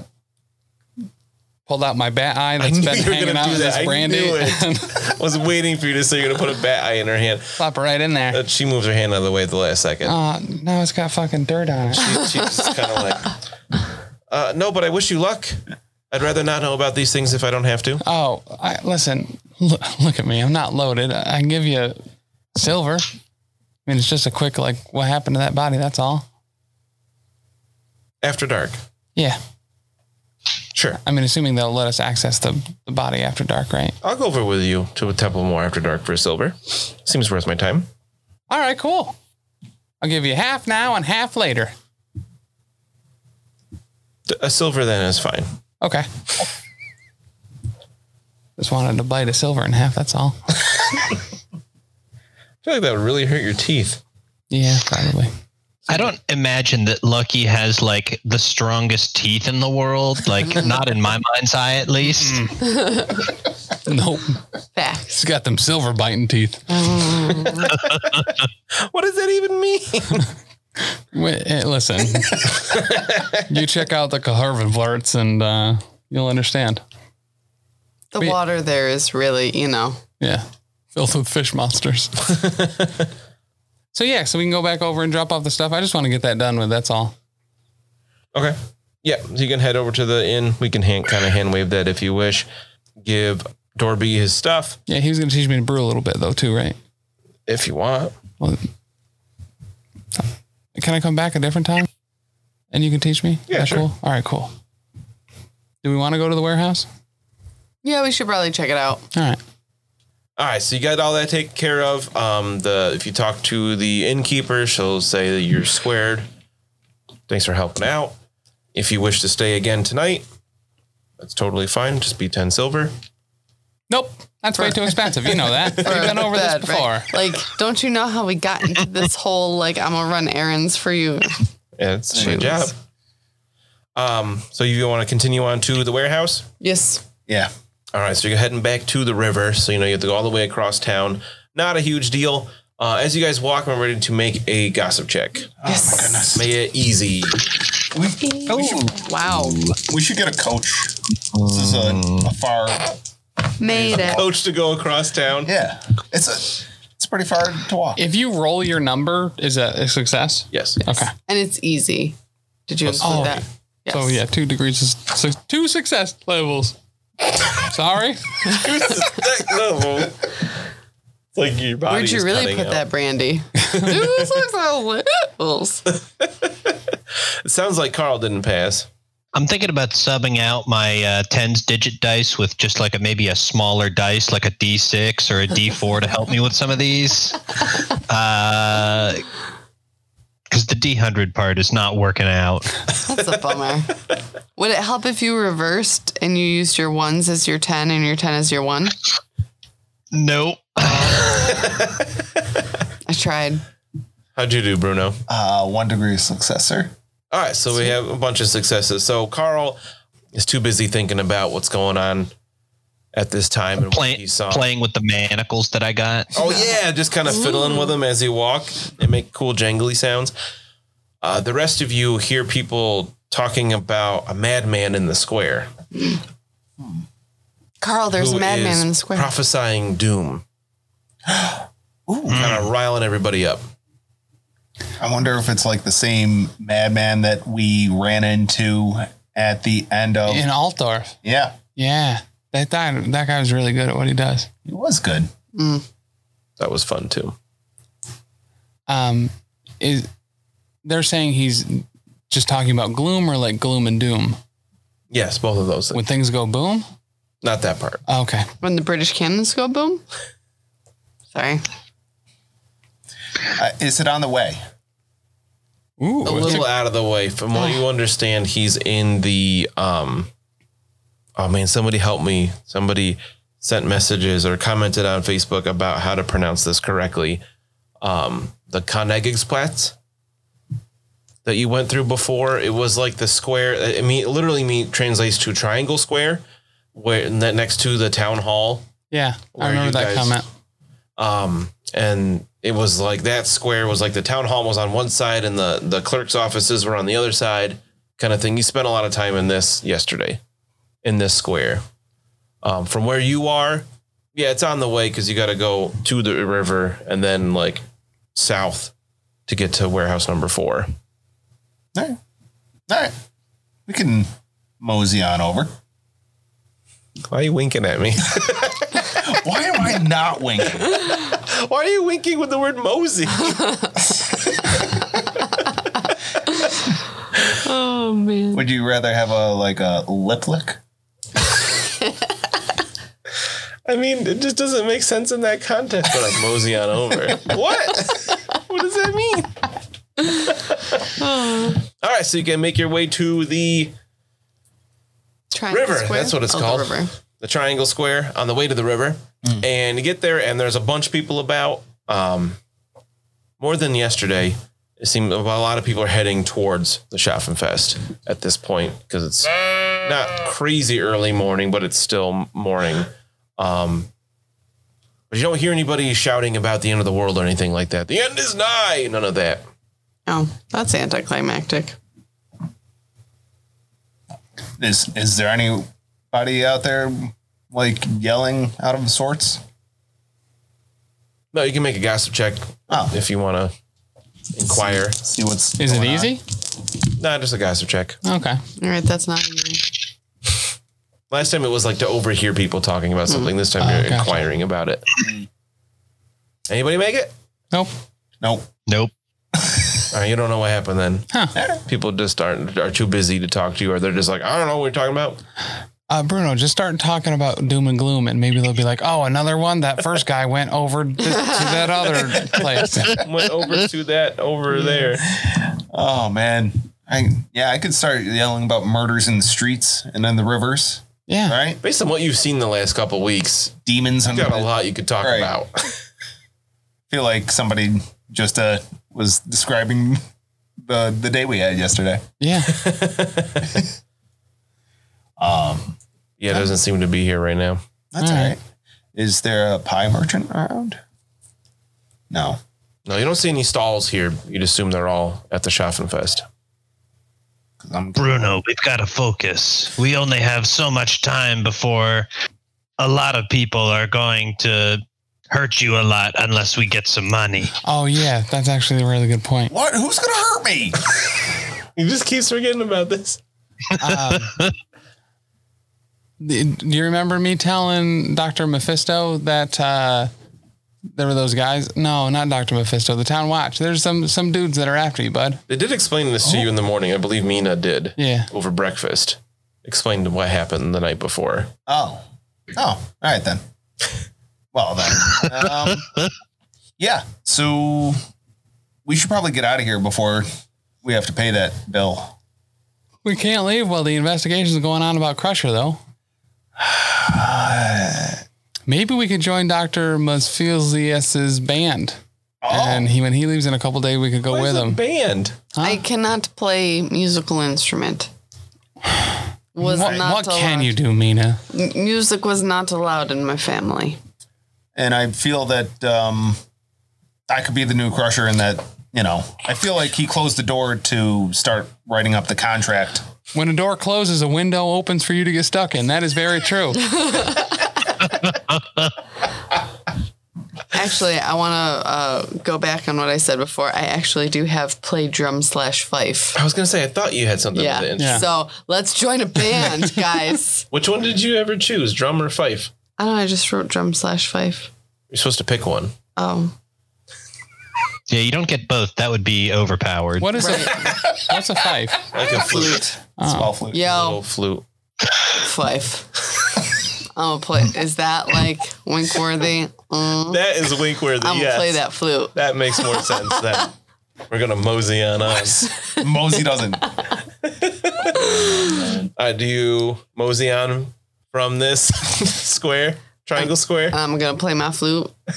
Speaker 1: pulled out my bat eye that's
Speaker 2: knew
Speaker 1: been
Speaker 2: you were
Speaker 1: hanging
Speaker 2: gonna
Speaker 1: out
Speaker 2: do
Speaker 1: with
Speaker 2: that.
Speaker 1: this
Speaker 2: I
Speaker 1: brandy
Speaker 2: knew it.
Speaker 1: and
Speaker 2: I was waiting for you to say you're gonna put a bat eye in her hand.
Speaker 1: plop it right in there.
Speaker 2: But she moves her hand out of the way at the last second.
Speaker 1: Uh, now it's got fucking dirt on it.
Speaker 2: She- she's just kind of like, uh, no, but I wish you luck. I'd rather not know about these things if I don't have to.
Speaker 1: Oh, I, listen, look, look at me. I'm not loaded. I, I can give you silver. I mean, it's just a quick, like, what happened to that body? That's all.
Speaker 2: After dark.
Speaker 1: Yeah.
Speaker 2: Sure.
Speaker 1: I mean, assuming they'll let us access the, the body after dark, right?
Speaker 2: I'll go over with you to a temple more after dark for silver. Seems worth my time.
Speaker 1: All right, cool. I'll give you half now and half later.
Speaker 2: D- A silver then is fine.
Speaker 1: Okay. Just wanted to bite a silver in half. That's all.
Speaker 2: I feel like that would really hurt your teeth.
Speaker 1: Yeah, probably.
Speaker 7: I don't imagine that Lucky has like the strongest teeth in the world. Like not in my mind's eye at least.
Speaker 1: Nope.
Speaker 3: Facts.
Speaker 1: She's got them silver biting teeth.
Speaker 2: What does that even mean?
Speaker 1: Wait, eh, listen, you check out the Kaharvin and uh, you'll understand.
Speaker 3: The
Speaker 1: Wait.
Speaker 3: water there is really, you know.
Speaker 1: Yeah. Filled with fish monsters. so yeah, so we can go back over and drop off the stuff. I just want to get that done with. That's all.
Speaker 2: Okay. Yeah, so you can head over to the inn. We can hand, kind of hand wave that if you wish. Give Dorby his stuff
Speaker 1: Yeah, he was going to teach me to brew a little bit though too, right?
Speaker 2: if you want.
Speaker 1: Well, can I come back a different time? And you can teach me?
Speaker 2: Yeah,
Speaker 1: That
Speaker 2: sure.
Speaker 1: Cool? All right, cool. Do we want to go to the warehouse?
Speaker 3: Yeah, we should probably check it out.
Speaker 1: All right.
Speaker 2: All right, so you got all that taken care of. Um, the if you talk to the innkeeper, she'll say that you're squared. Thanks for helping out. If you wish to stay again tonight, that's totally fine. Just be ten silver.
Speaker 1: Nope. That's way too expensive. You know that. We've been over this
Speaker 3: That,
Speaker 1: before.
Speaker 3: right? Like, don't you know how we got into this whole like I'm gonna run errands for you?
Speaker 2: It's my
Speaker 3: Jeez.
Speaker 2: job. Um, so you want to continue on to the warehouse?
Speaker 3: Yes.
Speaker 5: Yeah.
Speaker 2: All right, so you're heading back to the river. So you know you have to go all the way across town. Not a huge deal. Uh, as you guys walk, I'm ready to make a gossip check.
Speaker 1: Oh,
Speaker 3: yes.
Speaker 2: May it easy.
Speaker 5: We, we, should,
Speaker 3: Wow.
Speaker 5: we should get a coach. This is a, a far.
Speaker 3: Made it.
Speaker 2: Coach to go across town.
Speaker 5: Yeah. It's a. It's pretty far to walk.
Speaker 1: If you roll your number, is that a success?
Speaker 2: Yes.
Speaker 1: Okay.
Speaker 3: And it's easy. Did you include that? Yes.
Speaker 1: Oh, So yeah, two degrees is su- two success levels. Sorry.
Speaker 2: it's like your body.
Speaker 3: Where'd you
Speaker 2: is
Speaker 3: really
Speaker 2: cutting
Speaker 3: put
Speaker 2: out.
Speaker 3: that brandy? Two success levels.
Speaker 2: It sounds like Carl didn't pass.
Speaker 7: I'm thinking about subbing out my uh, tens digit dice with just like a maybe a smaller dice, like a D6 or a D4 to help me with some of these. Because the D100 part is not working out.
Speaker 3: That's a bummer. Would it help if you reversed and you used your ones as your 10 and your 10 as your one?
Speaker 7: Nope.
Speaker 3: I tried.
Speaker 2: How'd you do, Bruno?
Speaker 5: Uh, one degree successor.
Speaker 2: All right, so we have a bunch of successes. So Carl is too busy thinking about what's going on at this time and what
Speaker 7: Play,
Speaker 2: he saw.
Speaker 7: playing with the manacles that I got.
Speaker 2: Oh yeah, just kind of fiddling with them as you walk and make cool jangly sounds. Uh, the rest of you hear people talking about a madman in the square.
Speaker 3: Carl, there's
Speaker 2: who
Speaker 3: a madman
Speaker 2: is
Speaker 3: in the square.
Speaker 2: prophesying doom.
Speaker 7: Mm.
Speaker 2: Kind of riling everybody up.
Speaker 5: I wonder if it's like the same madman that we ran into at the end
Speaker 2: Oh.
Speaker 5: of.
Speaker 1: In Altdorf.
Speaker 5: Yeah,
Speaker 1: Yeah. That guy, that guy was really good at what he does.
Speaker 5: it was good.
Speaker 2: That was fun too.
Speaker 1: Um, is they're saying he's just talking about gloom or like gloom and doom.
Speaker 2: Yes, both of those.
Speaker 1: When things go boom.
Speaker 2: Not that part.
Speaker 1: Okay.
Speaker 3: when the British cannons go boom? Sorry.
Speaker 5: Uh, is it on the way?
Speaker 1: Ooh.
Speaker 2: a little out of the way. From what you understand, he's in the um oh man, somebody help me. Somebody sent messages or commented on Facebook about how to pronounce this correctly. Um the Koenigsplatz that you went through before. It was like the square I mean it literally mean translates to triangle square where and that next to the town hall
Speaker 1: Yeah.
Speaker 2: Where
Speaker 1: I
Speaker 2: you
Speaker 1: remember that
Speaker 2: guys-
Speaker 1: comment.
Speaker 2: um, and it was like that square was like the town hall was on one side and the the clerk's offices were on the other side, kind of thing. You spent a lot of time in this yesterday, in this square. Um, from where you are, yeah, it's on the way because you got to go to the river and then like south to get to warehouse number four.
Speaker 5: All right, all right. We can mosey on over.
Speaker 2: Why are you winking at me?
Speaker 5: Why am I not winking?
Speaker 2: Why are you winking with the word mosey?
Speaker 3: Oh, man.
Speaker 5: Would you rather have a like a lip lick?
Speaker 2: I mean, it just doesn't make sense in that context. But like mosey on over. what? what does that mean? All right, so you can make your way to the
Speaker 3: Triangle
Speaker 2: river.
Speaker 3: square?
Speaker 2: That's what it's
Speaker 3: Oh, the
Speaker 2: called.
Speaker 3: river.
Speaker 2: The triangle square on the way to the river, and you get there, and there's a bunch of people about. Um, more than yesterday, it seems a lot of people are heading towards the Schaffenfest at this point because it's not crazy early morning, but it's still morning. Um, but you don't hear anybody shouting about the end of the world or anything like that. The end is nigh. None of that.
Speaker 3: Oh, that's anticlimactic.
Speaker 5: Is is there anybody out there like yelling out of sorts?
Speaker 2: No, you can make a gossip check
Speaker 5: Oh.
Speaker 2: if you want to inquire.
Speaker 5: See what's
Speaker 1: Is it
Speaker 5: going on.
Speaker 1: easy?
Speaker 2: Nah, just a gossip check.
Speaker 1: Okay.
Speaker 3: All right, that's not easy.
Speaker 2: Last time it was like to overhear people talking
Speaker 5: Hmm.
Speaker 2: about something. This
Speaker 5: Oh,
Speaker 2: time you're
Speaker 1: gotcha.
Speaker 2: inquiring about it. Anybody make it?
Speaker 1: Nope.
Speaker 5: Nope.
Speaker 7: Nope.
Speaker 2: All right, you don't know what happened then.
Speaker 1: Huh.
Speaker 2: People just aren't are too busy to talk to you, or they're just like, I don't know what you're talking about.
Speaker 1: Uh, Bruno, just start talking about doom and gloom, and maybe they'll be like, "Oh, another one." That first guy went over to, to that other place.
Speaker 2: Went over to that over there.
Speaker 5: Oh man. I yeah, I could start yelling about murders in the streets and in the rivers,
Speaker 1: Yeah.
Speaker 5: right?
Speaker 2: Based on what you've seen the last couple weeks,
Speaker 5: Demons
Speaker 2: you
Speaker 5: under
Speaker 2: got a
Speaker 5: the
Speaker 2: lot you could talk
Speaker 5: Right.
Speaker 2: about.
Speaker 5: feel like somebody just uh was describing the the day we had yesterday.
Speaker 1: Yeah.
Speaker 5: Um
Speaker 2: Yeah, it doesn't seem to be here right now.
Speaker 5: that's
Speaker 1: All
Speaker 5: all
Speaker 1: right.
Speaker 5: right. Is there a pie merchant around? No.
Speaker 2: No, you don't see any stalls here. You'd assume they're all at the Schaffenfest.
Speaker 5: 'Cause I'm
Speaker 7: Bruno, we've got to focus. We only have so much time before a lot of people are going to hurt you a lot unless we get some money.
Speaker 1: Oh yeah, that's actually a really good point.
Speaker 5: What? Who's gonna hurt me?
Speaker 2: He just keeps forgetting about this.
Speaker 1: The- Do you remember me telling Doctor Mephisto that uh, there were those guys? No, not Doctor Mephisto. The town watch. There's some some dudes that are after you, bud.
Speaker 2: They did explain this
Speaker 5: Oh.
Speaker 2: to you in the morning. I believe Mina did.
Speaker 1: Yeah.
Speaker 2: Over breakfast, explained what happened the night before.
Speaker 5: Oh. Oh. All right then. Well then. Um, yeah. So we should probably get out of here before we have to pay that bill.
Speaker 1: We can't leave while the investigation's going on about Crusher, though. Maybe we could join Doctor Musfilius's band, and he when he leaves in a couple days, we could go
Speaker 2: Why is
Speaker 1: with
Speaker 2: it
Speaker 1: him.
Speaker 2: banned?
Speaker 3: I cannot play musical instrument. Was
Speaker 1: What,
Speaker 3: not
Speaker 1: what can
Speaker 3: allowed.
Speaker 1: you do, Mina?
Speaker 3: M- music was not allowed in my family.
Speaker 5: And I feel that um, I could be the new crusher and that, you know, I feel like he closed the door to start writing up the contract.
Speaker 1: When a door closes, a window opens for you to get stuck in. That is very true.
Speaker 3: Actually, I want to uh, go back on what I said before. I actually do have play drum slash fife.
Speaker 2: I was gonna say I thought you had something.
Speaker 3: Yeah.
Speaker 2: With it.
Speaker 3: So let's join a band, guys.
Speaker 2: Which one did you ever choose, drum or fife?
Speaker 3: I don't know. I just wrote drum slash fife.
Speaker 2: You're supposed to pick one.
Speaker 3: Oh,
Speaker 7: Yeah, you don't get both. That would be overpowered.
Speaker 1: What is a what's a fife?
Speaker 2: Like a flute,
Speaker 5: Small flute.
Speaker 3: yo,
Speaker 2: little flute.
Speaker 3: fife. I'm gonna play. Is that like Winkworthy? Mm,
Speaker 2: That is wink worthy.
Speaker 3: I'm
Speaker 2: yes.
Speaker 3: gonna play that flute.
Speaker 2: That makes more sense then. We're gonna mosey on us.
Speaker 5: Mosey doesn't.
Speaker 2: Uh, do you mosey on from this square, triangle square?
Speaker 3: I'm uh, gonna play my flute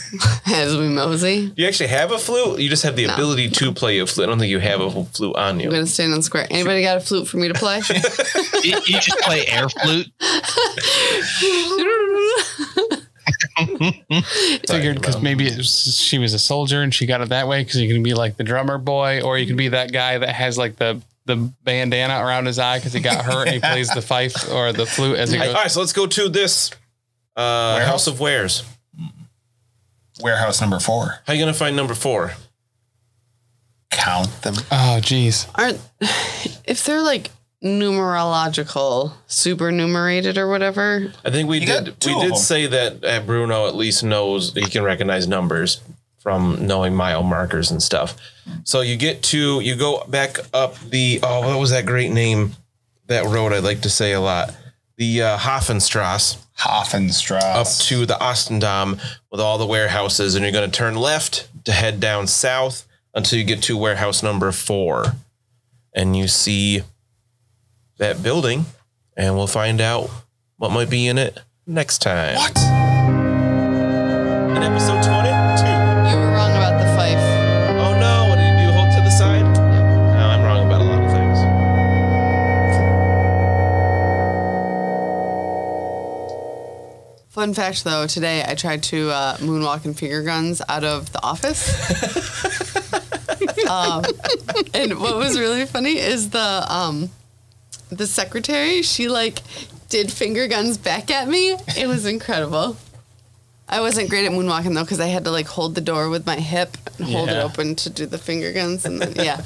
Speaker 3: as we mosey.
Speaker 2: Do you actually have a flute? You just have the ability to play a flute. I don't think you have a flute on
Speaker 3: I'm
Speaker 2: you.
Speaker 3: gonna stand on square. Anybody got a flute for me to play?
Speaker 7: you, you just play air flute.
Speaker 1: Figured because maybe it was, she was a soldier and she got it that way. Because you can be like the drummer boy, or you can be that guy that has like the the bandana around his eye because he got hurt and he plays the fife or the flute as he
Speaker 2: All
Speaker 1: goes.
Speaker 2: right, so let's go to this uh, house of wares.
Speaker 5: Warehouse number four.
Speaker 2: How you gonna find number four?
Speaker 5: Count them.
Speaker 1: Oh, geez.
Speaker 3: Aren't if they're like numerological, supernumerated or whatever?
Speaker 2: I think we
Speaker 5: got
Speaker 2: did.
Speaker 5: two
Speaker 2: We
Speaker 5: of
Speaker 2: did
Speaker 5: them.
Speaker 2: say that uh, Bruno at least knows he can recognize numbers from knowing mile markers and stuff. So you get to you go back up the oh what was that great name that road I like to say a lot the uh, Hoffenstrasse up
Speaker 5: Hoffenstrasse.
Speaker 2: to the Ostendam with all the warehouses and you're going to turn left to head down south until you get to warehouse number four and you see that building and we'll find out what might be in it next time.
Speaker 5: What?
Speaker 2: In episode 22.
Speaker 3: You were wrong about the fife.
Speaker 2: Oh no, what did you do? Hold to the side? No, I'm wrong about a lot of things.
Speaker 3: Fun fact though, today I tried to uh, moonwalk and finger guns out of the office. um, and what was really funny is the um, the secretary. She like did finger guns back at me. It was incredible. I wasn't great at moonwalking though because I had to like hold the door with my hip and hold it
Speaker 1: Yeah.
Speaker 3: open to do the finger guns and then yeah,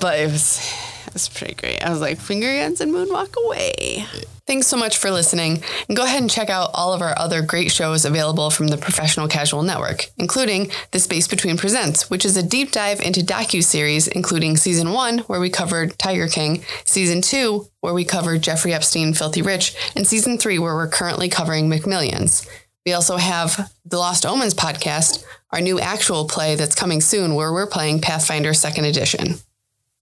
Speaker 3: but it was it was pretty great. I was like finger guns and moonwalk away. Thanks so much for listening. And go ahead and check out all of our other great shows available from the Professional Casual Network, including The Space Between Presents, which is a deep dive into docu-series including season 1 where we covered Tiger King, season 2 where we covered Jeffrey Epstein Filthy Rich, and season 3 where we're currently covering McMillions. We also have the Lost Omens podcast, our new actual play that's coming soon where we're playing Pathfinder 2nd Edition.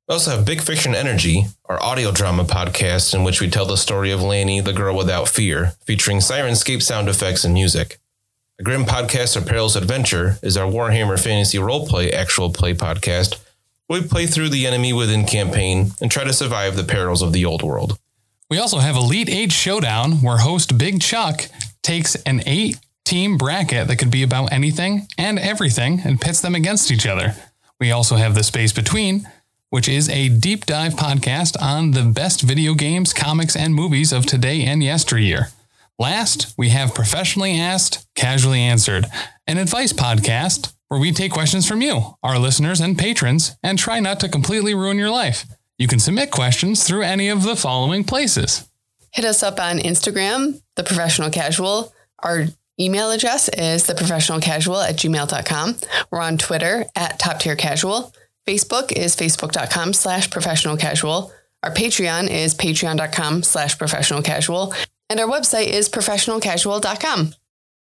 Speaker 2: We also have Big Fiction Energy, our audio drama podcast in which we tell the story of Lanny, the girl without fear, featuring sirenscape sound effects and music. A grim podcast of perilous adventure is our Warhammer fantasy roleplay actual play podcast. where We play through the enemy within campaign and try to survive the perils of the old world.
Speaker 1: We also have Elite Eight Showdown, where host Big Chuck takes an eight team bracket that could be about anything and everything and pits them against each other. We also have The Space Between, which is a deep dive podcast on the best video games, comics, and movies of today and yesteryear. Last, we have Professionally Asked Casually Answered, an advice podcast where we take questions from you, our listeners and patrons, and try not to completely ruin your life. You can submit questions through any of the following places.
Speaker 3: Hit us up on Instagram, The Professional Casual. Our email address is theprofessionalcasual at gmail.com. We're on Twitter at Top Tier Casual. Facebook is facebook.com slash professional casual. Our Patreon is patreon.com slash professional casual. And our website is professionalcasual.com.